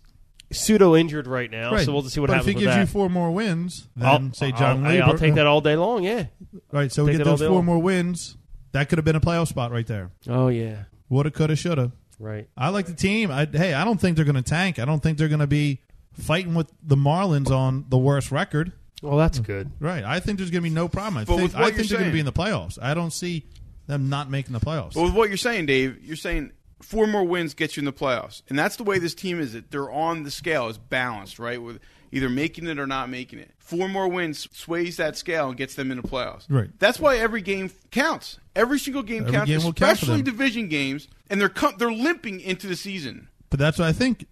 Speaker 3: pseudo injured right now,
Speaker 2: right.
Speaker 3: so we'll just see what
Speaker 2: but
Speaker 3: happens
Speaker 2: if he
Speaker 3: with
Speaker 2: gives
Speaker 3: that.
Speaker 2: you four more wins, then
Speaker 3: I'll,
Speaker 2: say
Speaker 3: I'll-
Speaker 2: John
Speaker 3: I'll,
Speaker 2: Lieber.
Speaker 3: I'll take that all day long. Yeah.
Speaker 2: Right, so we
Speaker 3: take
Speaker 2: get
Speaker 3: that all
Speaker 2: those
Speaker 3: day
Speaker 2: four
Speaker 3: long.
Speaker 2: more wins. That could have been a playoff spot right there.
Speaker 3: Oh yeah.
Speaker 2: Woulda, coulda, shoulda.
Speaker 3: Right.
Speaker 2: I like the team. I, hey, I don't think they're going to tank. I don't think they're going to be fighting with the Marlins on the worst record.
Speaker 3: Well,
Speaker 2: Hmm.
Speaker 3: that's good.
Speaker 2: Right. I think there's going to be no problem. I
Speaker 1: But
Speaker 2: think,
Speaker 1: with what
Speaker 2: I
Speaker 1: you're
Speaker 2: think they're going to
Speaker 1: saying-
Speaker 2: be in the playoffs. I don't see them not making the playoffs.
Speaker 1: But with what you're saying, Dave, you're saying four more wins gets you in the playoffs, and that's the way this team is. That they're on the scale is balanced, right? With either making it or not making it. Four more wins sways that scale and gets them in the playoffs.
Speaker 2: Right.
Speaker 1: That's why every game counts. Every single game
Speaker 2: Every
Speaker 1: counts,
Speaker 2: game will count for
Speaker 1: especially
Speaker 2: them.
Speaker 1: division games. And they're com- they're limping into the season.
Speaker 2: But that's what I think.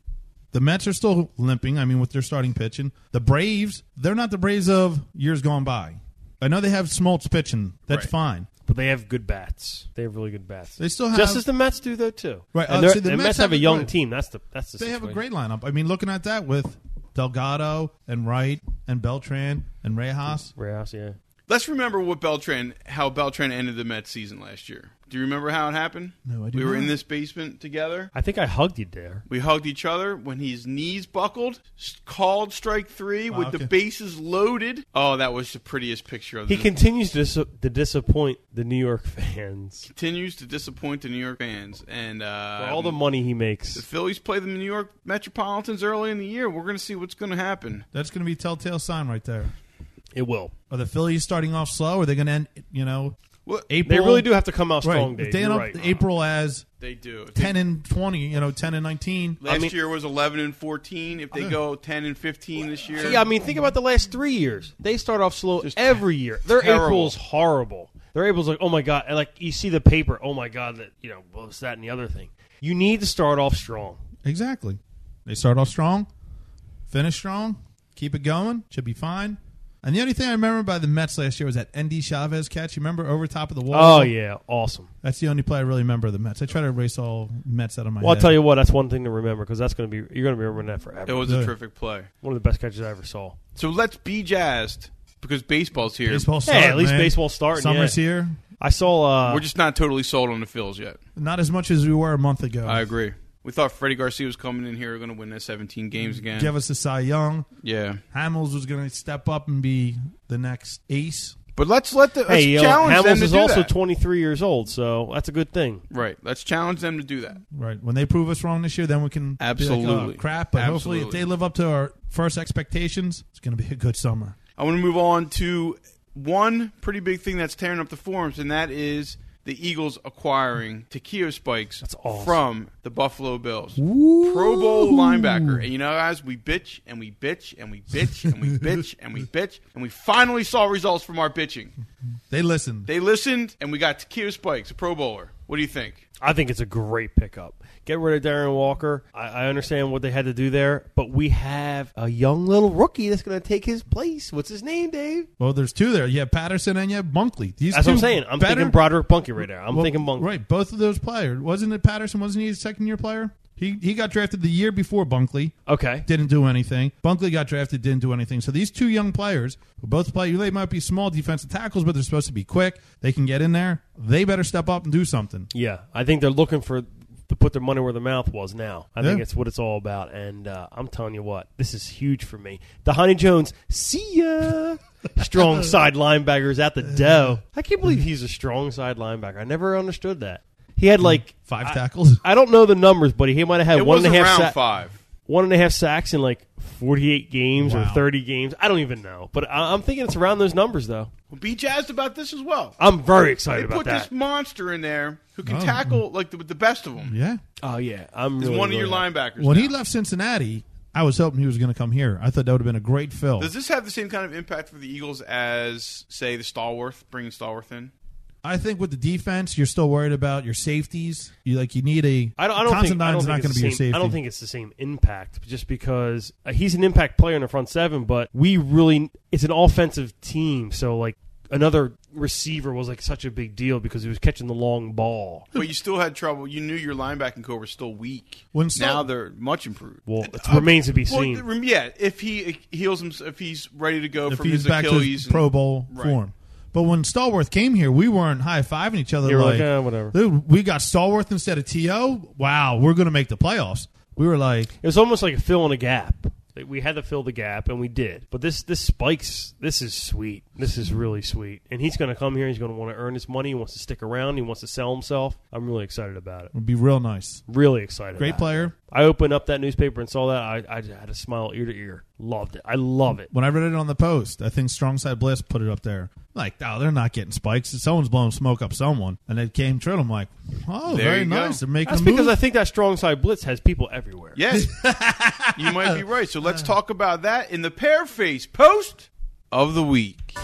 Speaker 2: The Mets are still limping. I mean, with their starting pitching, the Braves, they're not the Braves of years gone by. I know they have Smoltz pitching. That's
Speaker 1: Right.
Speaker 2: fine.
Speaker 3: But they have good bats. They have really good bats.
Speaker 2: They still have
Speaker 3: Just as the Mets do though too.
Speaker 2: Right,
Speaker 3: And
Speaker 2: uh,
Speaker 3: they're-
Speaker 2: see,
Speaker 3: the, Mets, have a young team. That's the that's the
Speaker 2: they have a
Speaker 3: situation.
Speaker 2: great lineup. I mean, looking at that with Delgado and Wright and Beltran and Rejas.
Speaker 3: Reyes, yeah.
Speaker 1: Let's remember what Beltran, how Beltran ended the Mets season last year. Do you remember how it happened?
Speaker 2: No, I do
Speaker 1: We were
Speaker 2: not.
Speaker 1: in this basement together.
Speaker 3: I think I hugged you there.
Speaker 1: We hugged each other when his knees buckled, s- called strike three
Speaker 2: Wow,
Speaker 1: with
Speaker 2: okay.
Speaker 1: the bases loaded. Oh, that was the prettiest picture of
Speaker 3: He
Speaker 1: the-
Speaker 3: continues to, dis- to disappoint the New York fans
Speaker 1: continues to disappoint the New York fans. And uh,
Speaker 3: for all the money he makes.
Speaker 1: the Phillies play the New York Metropolitans early in the year. We're going to see what's going to happen.
Speaker 2: That's going to be a telltale sign right there.
Speaker 3: It will.
Speaker 2: Are the Phillies starting off slow? Are they going to end, you know,
Speaker 1: What
Speaker 2: April?
Speaker 3: They really do have to come out
Speaker 2: Right.
Speaker 3: strong, Dave.
Speaker 2: If they end
Speaker 3: You're
Speaker 2: up
Speaker 3: right.
Speaker 2: April as
Speaker 1: they do. If they-
Speaker 2: 10 and 20, you know, 10 and 19.
Speaker 1: last
Speaker 3: I mean-
Speaker 1: year was eleven and fourteen. If they go ten and fifteen this year,
Speaker 3: Yeah, I mean, think about the last three years. They start off slow every year. Their
Speaker 1: terrible.
Speaker 3: April's horrible. Their April's like, oh my god, and like you see the paper, oh my god, that you know, well, it's that and the other thing. You need to start off strong.
Speaker 2: Exactly. They start off strong, finish strong, keep it going, should be fine. And the only thing I remember by the Mets last year was that Andy Chavez catch. You remember over top of the wall?
Speaker 3: Oh yeah, awesome.
Speaker 2: That's the only play I really remember of the Mets. I try to erase all Mets out of my
Speaker 3: Well, I'll
Speaker 2: head.
Speaker 3: tell you what, that's one thing to remember because that's going to be you're going to be remembering that
Speaker 1: it
Speaker 3: forever.
Speaker 1: was a
Speaker 2: Yeah.
Speaker 1: terrific play.
Speaker 3: One of the best catches I ever saw.
Speaker 1: So let's be jazzed because baseball's here.
Speaker 2: Baseball
Speaker 3: Hey,
Speaker 2: start,
Speaker 3: at least
Speaker 2: man.
Speaker 3: baseball's starting.
Speaker 2: Summer's
Speaker 3: yeah.
Speaker 2: here.
Speaker 3: I saw. Uh,
Speaker 1: We're just not totally sold on the Phils yet.
Speaker 2: Not as much as we were a month ago.
Speaker 1: I agree. We thought Freddie Garcia was coming in here, going to win that 17 games again.
Speaker 2: Give us a Cy Young.
Speaker 1: yeah,
Speaker 2: Hamels was going to step up and be the next ace.
Speaker 1: but let's let the let's
Speaker 3: hey, yo,
Speaker 1: challenge them
Speaker 3: Hamels
Speaker 1: to
Speaker 3: is
Speaker 1: do
Speaker 3: also
Speaker 1: that.
Speaker 3: 23 years old, so that's a good thing.
Speaker 1: right, let's challenge them to do that.
Speaker 2: Right. When they prove us wrong this year, then we can be like,
Speaker 1: Absolutely.
Speaker 2: oh, crap. But hopefully, if
Speaker 1: Absolutely.
Speaker 2: they live up to our first expectations, it's going to be a good summer.
Speaker 1: I want to move on to one pretty big thing that's tearing up the forums, and that is the Eagles acquiring Takeo Spikes
Speaker 3: That's awesome.
Speaker 1: from the Buffalo Bills. Pro Bowl linebacker. And you know, guys, we bitch and we bitch and we bitch and we bitch and we bitch. And we finally saw results from our bitching.
Speaker 2: They listened.
Speaker 1: They listened and we got Takeo Spikes, a Pro Bowler. What do you think?
Speaker 3: I think it's a great pickup. Get rid of Darren Walker. I, I understand what they had to do there, but we have a young little rookie that's going to take his place. What's his name, Dave?
Speaker 2: well, there's two there. You have Patterson and you have Bunkley. These
Speaker 3: That's what I'm
Speaker 2: two
Speaker 3: saying. I'm
Speaker 2: better-
Speaker 3: thinking Broderick Bunky right there. I'm
Speaker 2: well,
Speaker 3: thinking Bunky.
Speaker 2: Right, both of those players. Wasn't it Patterson? Wasn't he a second year player? He he got drafted the year before Bunkley.
Speaker 3: Okay.
Speaker 2: Didn't do anything. Bunkley got drafted, didn't do anything. So these two young players, who both play, they might be small defensive tackles, but they're supposed to be quick. They can get in there. They better step up and do something.
Speaker 3: Yeah, I think they're looking for to put their money where their mouth was. Now, I think
Speaker 2: Yeah.
Speaker 3: it's what it's all about. And uh, I'm telling you what, this is huge for me. The Honey Jones, see *laughs* ya. strong side linebacker is at *laughs* the dough. I can't believe he's a strong side linebacker. I never understood that. He had like
Speaker 2: Five
Speaker 3: I-
Speaker 2: tackles. *laughs*
Speaker 3: I don't know the numbers, but he might have had
Speaker 1: It
Speaker 3: one
Speaker 1: was
Speaker 3: and a half
Speaker 1: around
Speaker 3: sa-
Speaker 1: five.
Speaker 3: one and a half sacks in like 48 games or
Speaker 2: Wow.
Speaker 3: 30 games. I don't even know, but I- I'm thinking it's around those numbers though.
Speaker 1: Well, be jazzed about this as well.
Speaker 3: I'm very excited
Speaker 1: They
Speaker 3: about
Speaker 1: put
Speaker 3: that.
Speaker 1: this monster in there who can
Speaker 2: Oh.
Speaker 1: tackle like the, the best of them.
Speaker 2: Yeah.
Speaker 3: oh yeah, I'm
Speaker 1: He's
Speaker 3: really,
Speaker 1: one of your
Speaker 3: really happy.
Speaker 1: linebackers.
Speaker 2: When
Speaker 1: now.
Speaker 2: he left Cincinnati, I was hoping he was going to come here. I thought that would have been a great fill.
Speaker 1: Does this have the same kind of impact for the Eagles as, say, the Stallworth, bringing Stallworth in?
Speaker 2: I think with the defense, you're still worried about your safeties. You like you need a.
Speaker 3: I don't, I don't think, I
Speaker 2: Constantine's
Speaker 3: don't think
Speaker 2: not going
Speaker 3: it's
Speaker 2: to
Speaker 3: the
Speaker 2: be your
Speaker 3: same-
Speaker 2: safety.
Speaker 3: I don't think it's the same impact just because uh, he's an impact player in the front seven, but we really it's an offensive team, so like another receiver was like such a big deal because he was catching the long ball.
Speaker 1: But you still had trouble. You knew your linebacking core was still weak.
Speaker 2: When Stall-
Speaker 1: now they're much improved.
Speaker 3: Well, it
Speaker 2: Uh,
Speaker 3: remains to be
Speaker 1: Well,
Speaker 3: seen.
Speaker 1: th- yeah, if he heals himself, if he's ready to go
Speaker 2: if
Speaker 1: from
Speaker 2: he's
Speaker 1: his
Speaker 2: back to
Speaker 1: Achilles,
Speaker 2: his Pro
Speaker 1: and-
Speaker 2: Bowl
Speaker 1: Right.
Speaker 2: form. But when Stallworth came here, we weren't high fiving each other.
Speaker 3: You were like,
Speaker 2: like,
Speaker 3: "Eh, whatever."
Speaker 2: Dude, we got Stallworth instead of To. Wow, we're going to make the playoffs. We were like,
Speaker 3: It was almost like a fill in a gap. Like, We had to fill the gap, and we did. But this this spikes. This is sweet. This is really sweet. And he's going to come here. He's going to want to earn his money. He wants to stick around. He wants to sell himself. I'm really excited about it.
Speaker 2: would be real nice,
Speaker 3: Really excited.
Speaker 2: great
Speaker 3: about it.
Speaker 2: player.
Speaker 3: I opened up that newspaper and saw that. I, I just had a smile ear to ear. Loved it. I love it.
Speaker 2: When I read it on the post, I think Strong Side Bliss put it up there. Like, oh, they're not getting spikes. Someone's blowing smoke up someone, and it came true. and I'm like, oh,
Speaker 1: There
Speaker 2: very
Speaker 1: you go.
Speaker 2: nice. They're making
Speaker 3: That's
Speaker 2: a move.
Speaker 3: because I think that strong side blitz has people everywhere. *laughs*
Speaker 1: Yes, you might be right. So
Speaker 3: Uh.
Speaker 1: let's talk about that in the pair face post of the week.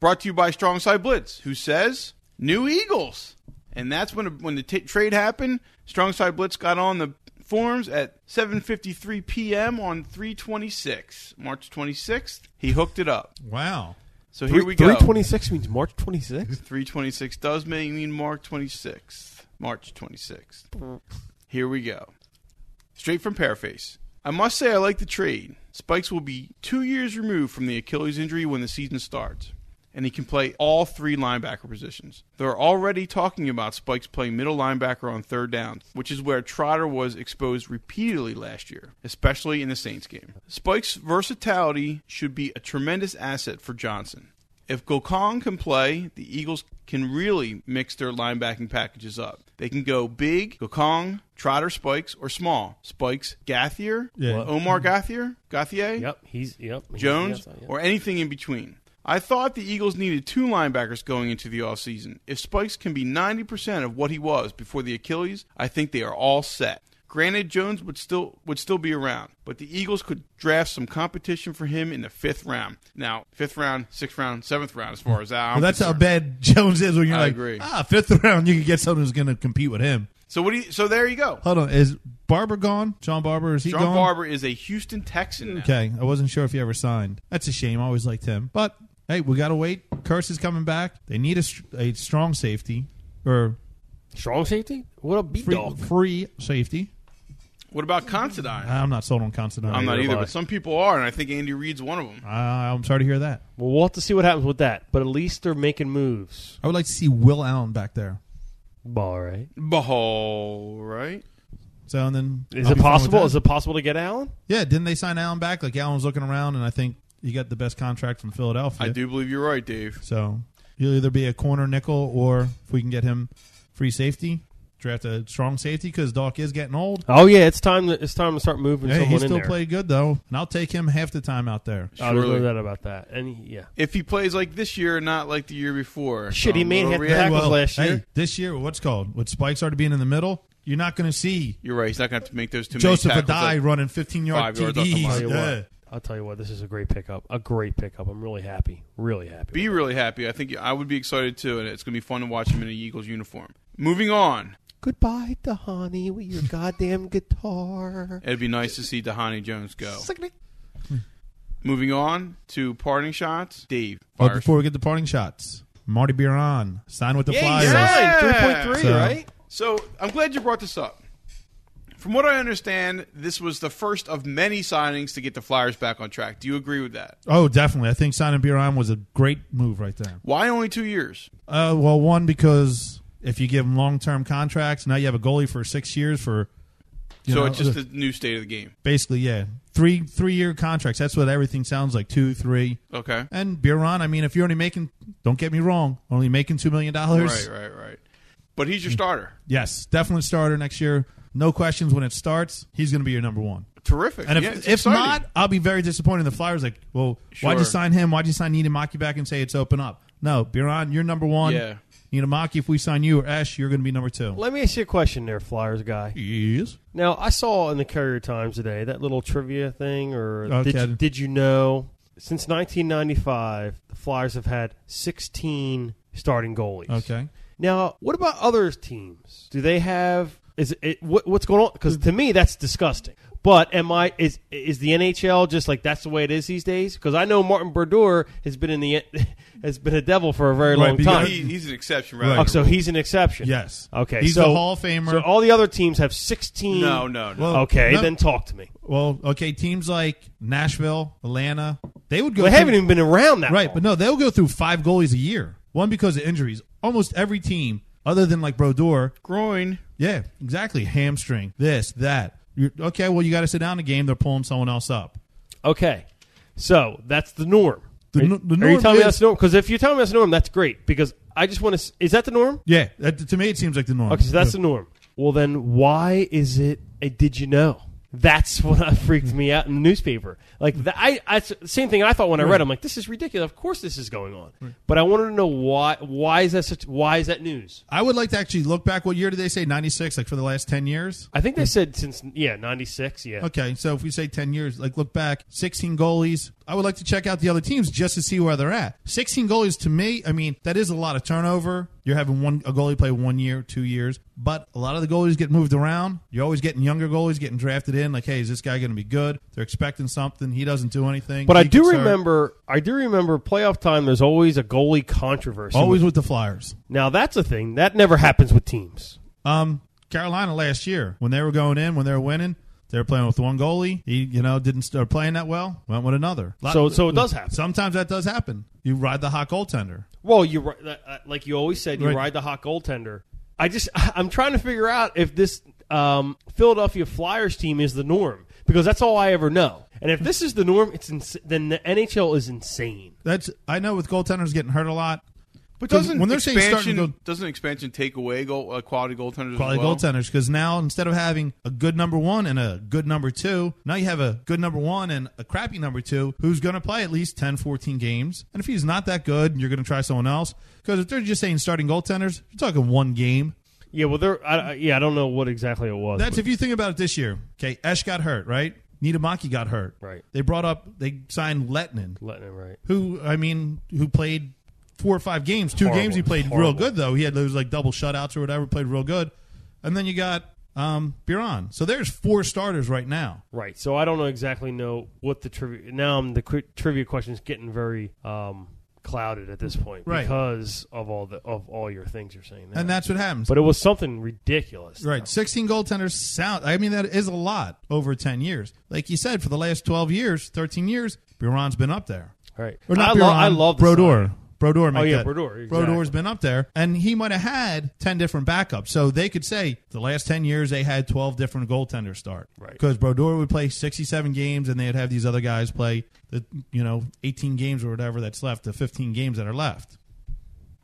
Speaker 1: Brought to you by Strong Side Blitz, who says New Eagles, and that's when when the t- trade happened. Strong Side Blitz got on the forms at 7:53 p.m. on 326 March 26th. He hooked it up.
Speaker 2: wow.
Speaker 1: So here we go.
Speaker 3: Three twenty six means March twenty sixth.
Speaker 1: 326 does mean mean March 26th. March 26th. Here we go. Straight from Paraface. I must say I like the trade. Spikes will be two years removed from the Achilles injury when the season starts, and he can play all three linebacker positions. They're already talking about Spikes playing middle linebacker on third down, which is where Trotter was exposed repeatedly last year, especially in the Saints game. Spikes' versatility should be a tremendous asset for Johnson. If Gokong can play, the Eagles can really mix their linebacking packages up. They can go big, Gokong, Trotter Spikes, or small. Spikes, Gathier,
Speaker 2: Yeah.
Speaker 1: Omar Gathier, Gauthier,
Speaker 3: *laughs* Yep. He's yep. He's-
Speaker 1: Jones,
Speaker 3: yes, yep.
Speaker 1: or anything in between. I thought the Eagles needed two linebackers going into the offseason. If Spikes can be 90% of what he was before the Achilles, I think they are all set. Granted, Jones would still would still be around, but the Eagles could draft some competition for him in the fifth round. Now, fifth round, sixth round, seventh round, as far as i
Speaker 2: Well, that's how bad *laughs* Jones is when you're
Speaker 1: I
Speaker 2: like,
Speaker 1: agree.
Speaker 2: ah, fifth round, you can get someone who's going to compete with him.
Speaker 1: So what do you? So there you go.
Speaker 2: Hold on, is Barber gone? John Barber is he
Speaker 1: John
Speaker 2: gone?
Speaker 1: Barber is a Houston Texan. Now.
Speaker 2: Okay, I wasn't sure if he ever signed. That's a shame. I always liked him, but hey, we gotta wait. Curse is coming back. They need a, str- a strong safety or
Speaker 3: strong safety. What a beat
Speaker 2: free,
Speaker 3: dog.
Speaker 2: free safety.
Speaker 1: What about Considine?
Speaker 2: I'm not sold on Constantine.
Speaker 1: I'm not
Speaker 3: neither
Speaker 1: either,
Speaker 3: am I.
Speaker 1: but some people are, and I think Andy Reid's one of them.
Speaker 2: I- I'm sorry to hear that.
Speaker 3: Well, we'll have to see what happens with that. But at least they're making moves.
Speaker 2: I would like to see Will Allen back there.
Speaker 3: All right.
Speaker 1: All right.
Speaker 2: So and then
Speaker 3: Is
Speaker 2: I'll
Speaker 3: it
Speaker 2: be fine with
Speaker 3: possible?
Speaker 2: that.
Speaker 3: Is it possible to get Allen?
Speaker 2: yeah, didn't they sign Allen back? Like Allen was looking around, and I think he got the best contract from Philadelphia.
Speaker 1: I do believe you're right, Dave.
Speaker 2: So he'll either be a corner nickel, or if we can get him free safety, draft a strong safety because Doc is getting old.
Speaker 3: Oh yeah, it's time. To, it's time to start moving
Speaker 2: Hey,
Speaker 3: someone
Speaker 2: he
Speaker 3: in
Speaker 2: still
Speaker 3: there.
Speaker 2: played good though, and I'll take him half the time out there.
Speaker 3: I don't know
Speaker 1: Surely.
Speaker 3: that about that. And he- yeah,
Speaker 1: If he plays like this year, not like the year before.
Speaker 3: Shit, he
Speaker 1: Um,
Speaker 3: made
Speaker 1: little
Speaker 3: half the
Speaker 1: react-
Speaker 3: tackle- Tackles last
Speaker 2: hey,
Speaker 3: year.
Speaker 2: this year, what's called with spikes already being in the middle, you're not going to see
Speaker 1: You're right. He's not going to have to make those two.
Speaker 2: Joseph
Speaker 1: many tackles.
Speaker 2: Adai running 15 yard
Speaker 1: five yards off the
Speaker 2: TDs.
Speaker 3: Tell you
Speaker 2: Yeah.
Speaker 3: what, I'll tell you what. This is a great pickup. A great pickup. I'm really happy. Really happy.
Speaker 1: be really happy. I think I would be excited too, and it's going to be fun to watch him in an Eagles uniform. Moving on,
Speaker 3: Goodbye, Dahani, with your goddamn *laughs* guitar.
Speaker 1: it'd be nice to see Dahani Jones go. Moving on to parting shots, Dave.
Speaker 2: But
Speaker 1: fire us.
Speaker 2: Oh, before we get the parting shots, Marty Biron signed with the
Speaker 3: Yeah,
Speaker 2: Flyers.
Speaker 1: signed.
Speaker 3: yeah.
Speaker 1: Yeah.
Speaker 3: 3.3,
Speaker 2: So-
Speaker 3: right?
Speaker 1: So I'm glad you brought this up. From what I understand, this was the first of many signings to get the Flyers back on track. Do you agree with that?
Speaker 2: Oh, definitely. I think signing Biron was a great move right there.
Speaker 1: Why only two years?
Speaker 2: Uh, well, one because if you give them long term contracts, now you have a goalie for six years for. you
Speaker 1: so
Speaker 2: know,
Speaker 1: it's just the new state of the game.
Speaker 2: basically yeah, three three year contracts. That's what everything sounds like two, three,
Speaker 1: Okay.
Speaker 2: and Biron. I mean, if you're only making, don't get me wrong, only making two million dollars.
Speaker 1: Right, right, right. But he's your starter.
Speaker 2: Yes, definitely starter next year. No questions when it starts. He's going to be your number one.
Speaker 1: Terrific.
Speaker 2: And if,
Speaker 1: Yeah, it's
Speaker 2: if
Speaker 1: exciting.
Speaker 2: not, I'll be very disappointed. in The Flyers like, well, why'd you
Speaker 1: Sure.
Speaker 2: sign him? Why'd you sign Niedermaki back and say it's open up? No, Biron, you're number one.
Speaker 1: Yeah.
Speaker 2: Niedermaki, if we sign you or Esh, you're going to be number two.
Speaker 3: Let me ask you a question, there, Flyers guy.
Speaker 2: Yes.
Speaker 3: Now, I saw in the Courier Times today that little trivia thing, or
Speaker 2: Okay.
Speaker 3: did, you, did you know? Since 1995, the Flyers have had 16 starting goalies.
Speaker 2: Okay.
Speaker 3: Now, what about other teams? Do they have? Is it what, what's going on? Because to me, that's disgusting. But am I is is the NHL just like that's the way it is these days? Because I know Martin Brodeur has been in the *laughs* has been a devil for a very
Speaker 2: Right,
Speaker 3: long
Speaker 2: because
Speaker 3: time.
Speaker 1: He- he's an exception, rather
Speaker 2: Right.
Speaker 1: than
Speaker 3: Oh,
Speaker 1: a
Speaker 3: so
Speaker 1: rule.
Speaker 3: he's an exception.
Speaker 2: Yes.
Speaker 3: Okay.
Speaker 2: He's
Speaker 3: so,
Speaker 2: a Hall of Famer.
Speaker 3: So all the other teams have sixteen.
Speaker 1: no, no, no.
Speaker 2: Well,
Speaker 3: Okay,
Speaker 2: no-
Speaker 3: then talk to me.
Speaker 2: Well, okay, teams like Nashville, Atlanta, they would go.
Speaker 3: They
Speaker 2: through-
Speaker 3: haven't even been around that
Speaker 2: right,
Speaker 3: long.
Speaker 2: but no, they'll go through five goalies a year. One because of injuries. Almost every team, other than like Brodeur,
Speaker 1: groin.
Speaker 2: yeah, exactly, hamstring, this, that. You're, okay, well, you got to sit down a game. They're pulling someone else up.
Speaker 3: Okay, so that's the norm.
Speaker 2: The
Speaker 3: are,
Speaker 2: no- the
Speaker 3: are you
Speaker 2: norm
Speaker 3: telling me
Speaker 2: is-
Speaker 3: that's norm? Because if you're telling me that's the norm, that's great. Because I just want to. Is that the norm?
Speaker 2: Yeah, that, to me, it seems like the norm.
Speaker 3: Okay, so that's the norm. Well, then why is it a did you know? That's *laughs* what I freaked me out in the newspaper. Like the, I, I, it's the same thing I thought when I read. it. I'm like, this is ridiculous. Of course, this is going on. But I wanted to know why. Why is that such? Why is that news?
Speaker 2: I would like to actually look back. What year did they say? Ninety six, like for the last ten years.
Speaker 3: I think they said Hmm. since yeah, ninety six. Yeah,
Speaker 2: Okay, so if we say ten years, like look back, sixteen goalies. I would like to check out the other teams just to see where they're at. Sixteen goalies to me, I mean, that is a lot of turnover. You're having one a goalie play one year, two years, but a lot of the goalies get moved around. You're always getting younger goalies getting drafted in. Like, hey, is this guy going to be good? They're expecting something. He doesn't do anything.
Speaker 3: but
Speaker 2: He
Speaker 3: I do
Speaker 2: gets hurt.
Speaker 3: remember. I do remember playoff time. There's always a goalie controversy.
Speaker 2: always with the Flyers.
Speaker 3: Now that's a thing that never happens with teams.
Speaker 2: Um, Carolina last year when they were going in, when they were winning, they were playing with one goalie. He, you know, didn't start playing that well. Went with another. Lot-
Speaker 3: So- so it does happen.
Speaker 2: Sometimes that does happen. You ride the hot goaltender.
Speaker 3: Well, you ri- uh, uh, like you always said, you
Speaker 2: Right.
Speaker 3: ride the hot goaltender. I just *laughs* I'm trying to figure out if this um, Philadelphia Flyers team is the norm because that's all I ever know. And if this is the norm, it's ins- then the NHL is insane.
Speaker 2: That's I know with goaltenders getting hurt a lot.
Speaker 1: But
Speaker 2: 'Cause
Speaker 1: doesn't
Speaker 2: when they're saying
Speaker 1: expansion
Speaker 2: starting to go
Speaker 1: doesn't expansion take away goal, uh, quality goaltenders? as
Speaker 2: quality
Speaker 1: well?
Speaker 2: goaltenders because now instead of having a good number one and a good number two, now you have a good number one and a crappy number two who's going to play at least 10, 14 games. And if he's not that good, you're going to try someone else. Because if they're just saying starting goaltenders, you're talking one game.
Speaker 3: Yeah, well, there. I, I- yeah, I don't know what exactly it was.
Speaker 2: That's
Speaker 3: but-
Speaker 2: if you think about it this year. Okay, Esh got hurt, right? Nidamaki got hurt.
Speaker 3: Right.
Speaker 2: They brought up they signed Letnin,
Speaker 3: letting it right.
Speaker 2: who I mean, who played four or five games. Two
Speaker 3: Horrible.
Speaker 2: games he played
Speaker 3: Horrible.
Speaker 2: real good though. He had those like double shutouts or whatever, played real good. And then you got um Biron. So there's four starters right now.
Speaker 3: Right. So I don't know exactly know what the trivia. Now I'm the qu- trivia question is getting very um, clouded at this point
Speaker 2: Right.
Speaker 3: because of all the of all your things you're saying. now.
Speaker 2: And that's what happens.
Speaker 3: but it was something ridiculous.
Speaker 2: Right. 16 goaltenders sound I mean that is a lot over 10 years. Like you said for the last 12 years, 13 years, Biron's been up there.
Speaker 3: All right.
Speaker 2: Or not
Speaker 3: I,
Speaker 2: Biron,
Speaker 3: lo- I love the
Speaker 2: Brodeur.
Speaker 3: sign. Oh,
Speaker 2: Brodeur, make
Speaker 3: yeah,
Speaker 2: that.
Speaker 3: Brodeur, exactly.
Speaker 2: Brodeur's been up there, and he might have had ten different backups. So they could say the last ten years they had twelve different goaltenders start,
Speaker 3: Right.
Speaker 2: Because Brodeur would play sixty-seven games, and they'd have these other guys play the you know eighteen games or whatever that's left, the fifteen games that are left.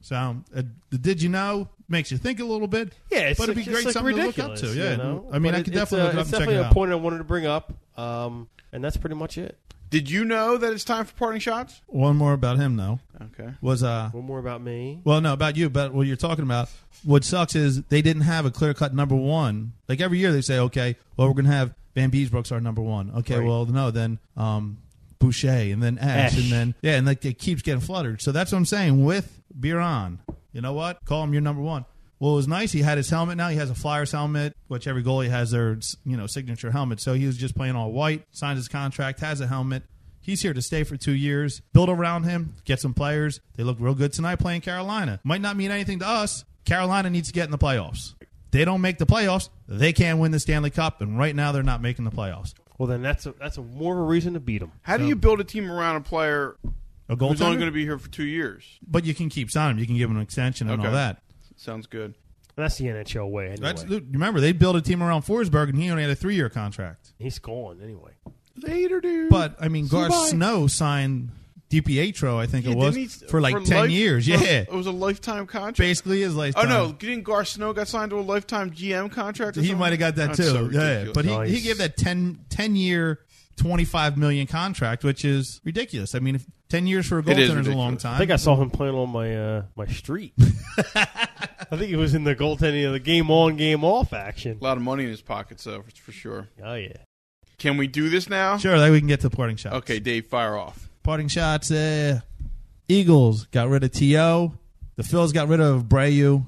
Speaker 2: So uh, the did you know makes you think a little bit.
Speaker 3: Yeah, it's
Speaker 2: but it'd be
Speaker 3: it's
Speaker 2: great
Speaker 3: like
Speaker 2: something
Speaker 3: ridiculous,
Speaker 2: to look up to.
Speaker 3: you
Speaker 2: Yeah,
Speaker 3: know?
Speaker 2: I mean,
Speaker 3: But
Speaker 2: I
Speaker 3: it-
Speaker 2: could
Speaker 3: it's
Speaker 2: definitely
Speaker 3: a-
Speaker 2: look it up
Speaker 3: It's
Speaker 2: and check
Speaker 3: definitely
Speaker 2: it
Speaker 3: a
Speaker 2: out.
Speaker 3: point I wanted to bring up, um, and that's pretty much it.
Speaker 1: Did you know that it's time for parting shots?
Speaker 2: One more about him though
Speaker 1: Okay.
Speaker 2: was uh,
Speaker 3: One more about me.
Speaker 2: well, no, about you, but what you're talking about. What sucks is they didn't have a clear cut number one. Like every year they say, okay, well we're gonna have Van Beesbrook's our number one. Okay,
Speaker 3: Right.
Speaker 2: well no, then um, Boucher and then Ash,
Speaker 3: Ash.
Speaker 2: and then yeah, and like it keeps getting fluttered. So that's what I'm saying with Biron. You know what? Call him your number one. Well, it was nice. He had his helmet. Now he has a Flyers helmet, which every goalie has their you know signature helmet. So he was just playing all white. Signed his contract, has a helmet. He's here to stay for two years. Build around him, get some players. They look real good tonight playing Carolina. Might not mean anything to us. Carolina needs to get in the playoffs. They don't make the playoffs. They can't win the Stanley Cup, and right now they're not making the playoffs.
Speaker 3: Well, then that's a, that's a more of a reason to beat them.
Speaker 1: How do you build a team around a player
Speaker 2: A
Speaker 1: who's only going
Speaker 2: goaltender,
Speaker 1: to be here for two years?
Speaker 2: but you can keep signing him. You can give him an extension and
Speaker 1: Okay.
Speaker 2: all that.
Speaker 1: Sounds good.
Speaker 3: And that's the NHL way. Anyway,
Speaker 2: That's, remember, they built a team around Forsberg, and he only had a three-year contract.
Speaker 3: he's gone anyway.
Speaker 1: Later, dude.
Speaker 2: But I mean,
Speaker 1: See you
Speaker 2: Gar
Speaker 1: bye.
Speaker 2: Snow signed DiPietro, I think
Speaker 1: Yeah,
Speaker 2: it was,
Speaker 1: didn't he-
Speaker 2: for like ten
Speaker 1: life-
Speaker 2: years.
Speaker 1: *laughs* for-
Speaker 2: yeah,
Speaker 1: it was a lifetime contract.
Speaker 2: basically his life.
Speaker 1: oh no, didn't Gar Snow got signed to a lifetime GM contract? Or
Speaker 2: he
Speaker 1: something?
Speaker 2: might have got that
Speaker 1: That's
Speaker 2: too.
Speaker 1: so
Speaker 2: yeah, yeah.
Speaker 1: ridiculous.
Speaker 2: but he, he
Speaker 3: Nice.
Speaker 2: gave that 10, 10 year, twenty five million contract, which is ridiculous. I mean, if ten years for a
Speaker 1: It is
Speaker 2: goaltender is a long
Speaker 1: ridiculous.
Speaker 2: time.
Speaker 3: I think I saw him playing on my uh, my street. I think he was in the goaltending of the game on, game off action.
Speaker 1: a lot of money in his pocket, so it's for sure.
Speaker 3: Oh yeah.
Speaker 1: Can we do this now?
Speaker 2: sure, that we can get to parting shots.
Speaker 1: Okay, Dave, fire off.
Speaker 2: parting shots. Uh, Eagles got rid of To. The Phils got rid of Brayu.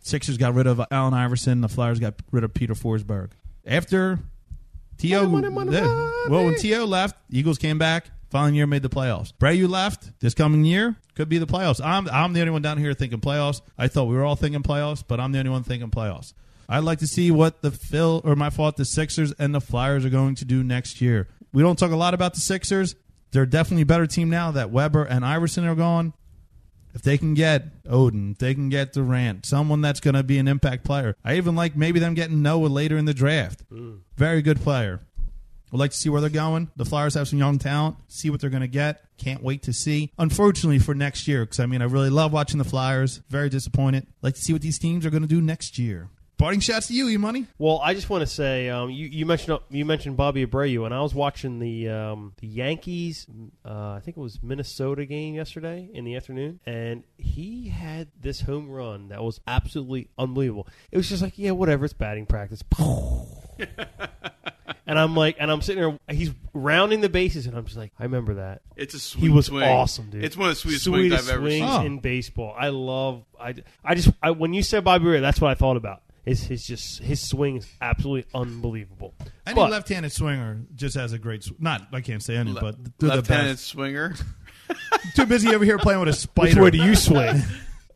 Speaker 2: Sixers got rid of Allen Iverson. The Flyers got rid of Peter Forsberg. After To,
Speaker 3: Money, money, money,
Speaker 2: Yeah.
Speaker 3: money.
Speaker 2: well, when To left, Eagles came back. Following year made the playoffs. Brayu left this coming year could be the playoffs. I'm I'm the only one down here thinking playoffs. I thought we were all thinking playoffs, but I'm the only one thinking playoffs. I'd like to see what the Phil or my fault the Sixers and the Flyers are going to do next year. We don't talk a lot about the Sixers. They're definitely a better team now that Weber and Iverson are gone. If they can get Odin, if they can get Durant, someone that's going to be an impact player. I even like maybe them getting Noah later in the draft.
Speaker 1: Mm.
Speaker 2: Very good player. Would like to see where they're going. The Flyers have some young talent. See what they're going to get. Can't wait to see. Unfortunately for next year, because I mean, I really love watching the Flyers. Very disappointed. Like to see what these teams are going to do next year. Parting shots to you, E Money.
Speaker 3: Well, I just want to say um, you, you mentioned you mentioned Bobby Abreu, and I was watching the um, the Yankees. Uh, I think it was Minnesota game yesterday in the afternoon, and he had this home run that was absolutely unbelievable. It was just like, yeah, whatever. It's batting practice. *laughs* and I'm like, and I'm sitting there. He's rounding the bases, and I'm just like, I remember that.
Speaker 1: It's a sweet
Speaker 3: He was
Speaker 1: swing.
Speaker 3: awesome, dude.
Speaker 1: It's one of the sweetest,
Speaker 3: Sweetest
Speaker 1: swings I've ever seen.
Speaker 3: swings
Speaker 2: seen.
Speaker 3: in baseball. I love. I, I just I, when you said Bobby Rare, that's what I thought about. Is his just his swing is absolutely unbelievable.
Speaker 2: Any
Speaker 3: but
Speaker 2: left-handed swinger just has a great. Sw- not I can't say any,
Speaker 1: Le-
Speaker 2: but they're the
Speaker 1: Left-handed
Speaker 2: best.
Speaker 1: swinger.
Speaker 2: Too busy over here playing with a spider.
Speaker 3: which way do you swing?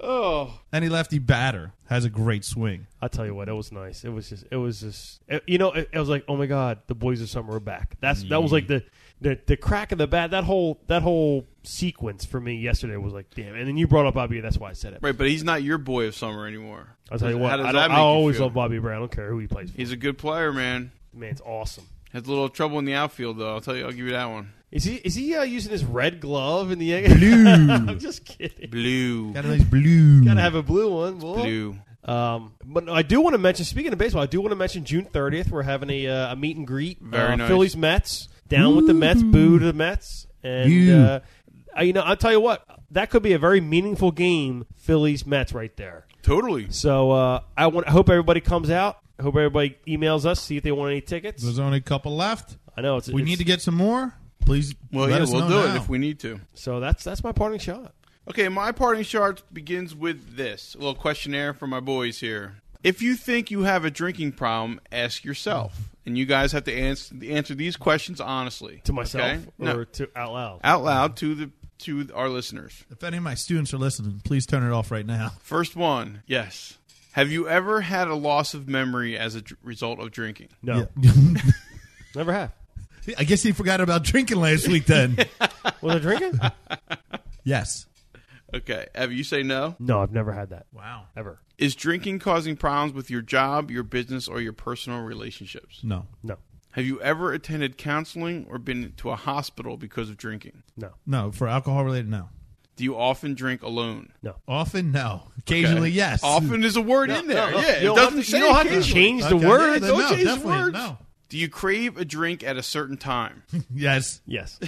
Speaker 1: Oh,
Speaker 2: Any lefty batter has a great swing.
Speaker 3: I tell you what, it was nice. It was just it was just it- you know it, it was like oh my god, the boys of summer are back. That's that was like the. The, the crack of the bat that whole that whole sequence for me yesterday was like damn and then you brought up Bobby that's why I said it
Speaker 1: right, but he's not your boy of summer anymore.
Speaker 3: I'll tell you what
Speaker 1: How does
Speaker 3: I,
Speaker 1: that
Speaker 3: don't,
Speaker 1: make
Speaker 3: I
Speaker 1: you
Speaker 3: always
Speaker 1: feel?
Speaker 3: love Bobby Brown I don't care who he plays for
Speaker 1: He's a good player, man.
Speaker 3: man's awesome
Speaker 1: Has a little trouble in the outfield, though. I'll tell you. I'll give you that one.
Speaker 3: Is he is he uh, using his red glove in the
Speaker 2: Blue. *laughs*
Speaker 1: Hmm.
Speaker 3: *laughs* I'm just kidding.
Speaker 1: Blue,
Speaker 2: Got a nice blue.
Speaker 3: Gotta have a blue one. boy.
Speaker 1: blue.
Speaker 3: Um, but no, I do want to mention. Speaking of baseball, I do want to mention June 30th. We're having a, uh, a meet and greet.
Speaker 1: Very
Speaker 3: uh,
Speaker 1: nice.
Speaker 3: Phillies Mets down with the Mets. Boo to the Mets. And
Speaker 2: Boo.
Speaker 3: uh, I, you know, I'll tell you what. That could be a very meaningful game. Phillies Mets right there.
Speaker 1: Totally.
Speaker 3: So uh, I want. I hope everybody comes out. I hope everybody emails us see if they want any tickets.
Speaker 2: There's only a couple left.
Speaker 3: I know it's
Speaker 2: We
Speaker 3: it's-
Speaker 2: need to get some more. Please,
Speaker 1: Well,
Speaker 2: let
Speaker 1: yeah,
Speaker 2: us
Speaker 1: we'll
Speaker 2: know
Speaker 1: do
Speaker 2: now.
Speaker 1: it if we need to.
Speaker 3: So that's that's my parting shot.
Speaker 1: Okay, my parting shot begins with this a little questionnaire for my boys here. If you think you have a drinking problem, ask yourself, and you guys have to answer answer these questions honestly
Speaker 3: To myself
Speaker 1: okay? No.
Speaker 3: or to out loud.
Speaker 1: out loud to the to our listeners.
Speaker 2: If any of my students are listening, please turn it off right now.
Speaker 1: First one, yes. Have you ever had a loss of memory as a dr- result of drinking?
Speaker 3: No,
Speaker 2: *laughs* Yeah.
Speaker 3: never have.
Speaker 2: I guess he forgot about drinking last week.
Speaker 1: *laughs*
Speaker 2: Then
Speaker 3: Was I drinking?
Speaker 2: yes.
Speaker 1: Okay, Ev, you say no.
Speaker 3: no, I've never had that
Speaker 2: Wow.
Speaker 3: ever.
Speaker 1: Is drinking causing problems with your job, your business, or your personal relationships?
Speaker 2: No.
Speaker 3: No,
Speaker 1: Have you ever attended counseling or been to a hospital because of drinking?
Speaker 3: no.
Speaker 2: No. For alcohol related, no.
Speaker 1: Do you often drink alone? Uh,
Speaker 2: Often, no. Occasionally, yes.
Speaker 1: Often is a word in there. yeah,
Speaker 3: you
Speaker 1: it
Speaker 3: don't have
Speaker 1: doesn't
Speaker 3: to,
Speaker 1: say
Speaker 3: you don't have to
Speaker 1: occasionally.
Speaker 3: change the
Speaker 2: Okay, yeah,
Speaker 3: word.
Speaker 2: then
Speaker 1: don't
Speaker 2: no,
Speaker 1: change
Speaker 2: definitely,
Speaker 1: words.
Speaker 2: No.
Speaker 1: Do you crave a drink at a certain
Speaker 3: *laughs*
Speaker 1: time?
Speaker 2: Yes.
Speaker 3: Yes,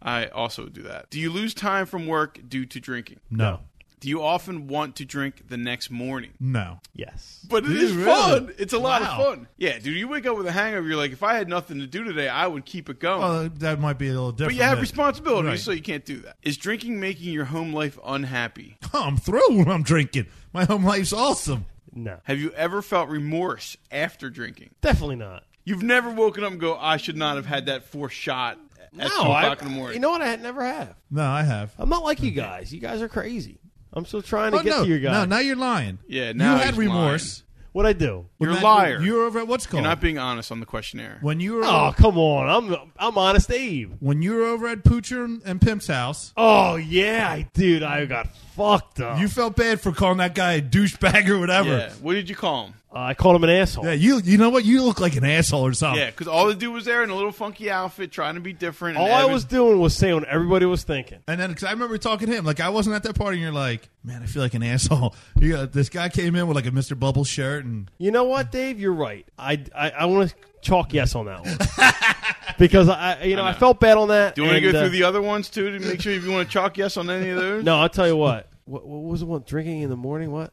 Speaker 1: I also do that. Do you lose time from work due to drinking?
Speaker 2: No.
Speaker 1: Do you often want to drink the next morning?
Speaker 2: No.
Speaker 3: yes.
Speaker 1: But it
Speaker 2: Dude,
Speaker 1: is
Speaker 2: really?
Speaker 1: fun. It's a lot
Speaker 2: Wow.
Speaker 1: of fun. Yeah, dude, you wake up with a hangover. You're like, if I had nothing to do today, I would keep it going.
Speaker 2: Well, that might be a little different.
Speaker 1: but you have
Speaker 2: than-
Speaker 1: responsibilities,
Speaker 2: Oh, Right.
Speaker 1: so you can't do that. Is drinking making your home life unhappy?
Speaker 2: Oh, I'm thrilled when I'm drinking. My home life's awesome.
Speaker 3: No,
Speaker 1: Have you ever felt remorse after drinking?
Speaker 3: definitely not.
Speaker 1: You've never woken up and go, I should not have had that fourth shot at
Speaker 3: no,
Speaker 1: two
Speaker 3: I-
Speaker 1: o'clock in the morning.
Speaker 3: You know what? I had- never have.
Speaker 2: No, I have.
Speaker 3: I'm not like you guys. You guys are crazy. I'm still trying to
Speaker 2: Oh,
Speaker 3: get
Speaker 2: no,
Speaker 3: to your guys.
Speaker 2: no, now you're lying.
Speaker 1: Yeah, now
Speaker 2: you had
Speaker 1: he's
Speaker 2: remorse.
Speaker 3: What I do?
Speaker 1: You're a
Speaker 2: When that-
Speaker 1: liar.
Speaker 2: You were over at what's it called
Speaker 1: You're not being honest on the questionnaire.
Speaker 2: when you were
Speaker 3: Oh, come on. I'm I'm honest Abe.
Speaker 2: when you were over at Poocher and, and Pimp's house.
Speaker 3: Oh yeah, I- dude, I got fucked up.
Speaker 2: You felt bad for calling that guy a douchebag or whatever.
Speaker 1: Oh. Yeah. What did you call him?
Speaker 3: Uh, I called him an asshole.
Speaker 2: Yeah, you you know what? You look like an asshole or something.
Speaker 1: Yeah, because all the dude was there in a little funky outfit, trying to be different. and
Speaker 3: All I
Speaker 1: Evan-
Speaker 3: was doing was saying what everybody was thinking.
Speaker 2: And then, because I remember talking to him, like I wasn't at that party, and you're like, "Man, I feel like an asshole." *laughs* You got- this guy came in with like a Mr. Bubble shirt, and
Speaker 3: You know what, Dave? You're right. I, I, I want to chalk yes on that one *laughs* because I, I- you know, I,
Speaker 1: know.
Speaker 3: felt bad on that.
Speaker 1: Do you want
Speaker 3: and,
Speaker 1: to go
Speaker 3: uh,
Speaker 1: through the other ones too to make sure if you want to chalk yes on any of those?
Speaker 3: *laughs* No, I'll tell you what. What, what was the one drinking in the morning? What?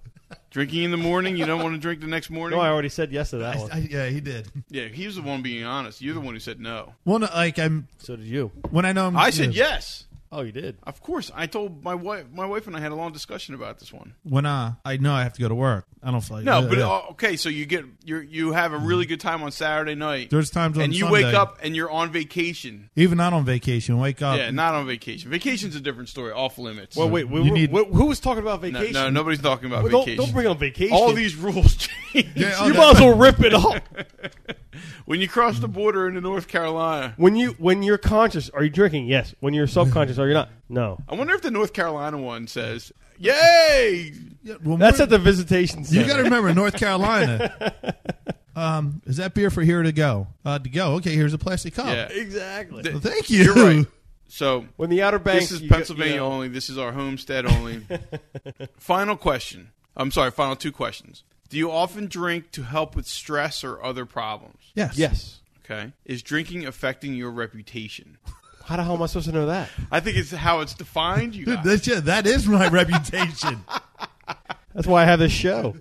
Speaker 1: Drinking in the morning, you don't want to drink the next morning.
Speaker 3: No, I already said yes to that
Speaker 2: I,
Speaker 3: one.
Speaker 2: I, yeah, he did.
Speaker 1: yeah, he was the one being honest. You're the one who said no.
Speaker 2: Well, no, like I'm
Speaker 3: So did you?
Speaker 2: when I know him,
Speaker 1: I said yes.
Speaker 3: Oh, you did.
Speaker 1: Of course, I told my wife. My wife and I had a long discussion about this one.
Speaker 2: When I I know I have to go to work, I don't feel like
Speaker 1: No,
Speaker 2: yeah,
Speaker 1: but
Speaker 2: yeah.
Speaker 1: uh, okay, so you get you you have a really good time on Saturday night,
Speaker 2: there's times on
Speaker 1: and you
Speaker 2: Sunday,
Speaker 1: wake up and you're on vacation.
Speaker 2: even not on vacation, wake up.
Speaker 1: Yeah, not on vacation. Vacation's a different story. Off limits.
Speaker 3: Well, wait. We,
Speaker 2: You
Speaker 3: we-
Speaker 2: need-
Speaker 3: we- who was talking about
Speaker 1: no,
Speaker 3: vacation?
Speaker 1: no, nobody's talking about
Speaker 3: Well, don't-
Speaker 1: vacation.
Speaker 3: don't bring up vacation.
Speaker 1: All these rules *laughs* change.
Speaker 2: Yeah, oh,
Speaker 3: You
Speaker 2: that-
Speaker 3: might as well rip it off.
Speaker 1: When you cross the border into North Carolina,
Speaker 3: When you when you're conscious, are you drinking? Yes. When you're subconscious, are you not? No.
Speaker 1: I wonder if the North Carolina one says, "Yay!"
Speaker 2: yeah, when
Speaker 3: That's
Speaker 2: we're-
Speaker 3: at the visitation center.
Speaker 2: You got to remember North Carolina. *laughs* um, is that beer for here to go? Uh, to go. Okay, here's a plastic cup.
Speaker 3: Uh,
Speaker 1: Yeah.
Speaker 3: *laughs* exactly.
Speaker 2: Well, thank you.
Speaker 1: You're right. So
Speaker 3: when the Outer Banks.
Speaker 1: this is
Speaker 3: you got-
Speaker 1: Pennsylvania
Speaker 3: you know-
Speaker 1: only. This is our homestead
Speaker 3: *laughs*
Speaker 1: only. final question. I'm sorry. Final two questions. Do you often drink to help with stress or other problems?
Speaker 2: Yes.
Speaker 3: Yes.
Speaker 1: Okay. Is drinking affecting your reputation?
Speaker 3: How the hell am I supposed to know that?
Speaker 1: I think it's how it's defined. You
Speaker 2: Dude,
Speaker 1: guys.
Speaker 2: that's, yeah, that is my *laughs* reputation.
Speaker 3: That's why I have this show.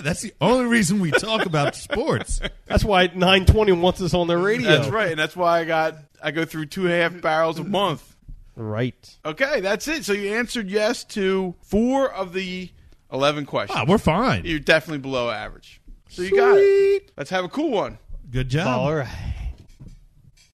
Speaker 2: That's the only reason we talk about sports.
Speaker 3: That's why 920 wants us on their radio.
Speaker 1: That's right, and that's why I got I go through two and a half barrels a month.
Speaker 3: Right.
Speaker 1: Okay, that's it. So you answered yes to four of the eleven questions.
Speaker 2: Wow, Ah, we're fine.
Speaker 1: You're definitely below average. So you got it. Let's have a cool one.
Speaker 2: Good job.
Speaker 3: All right.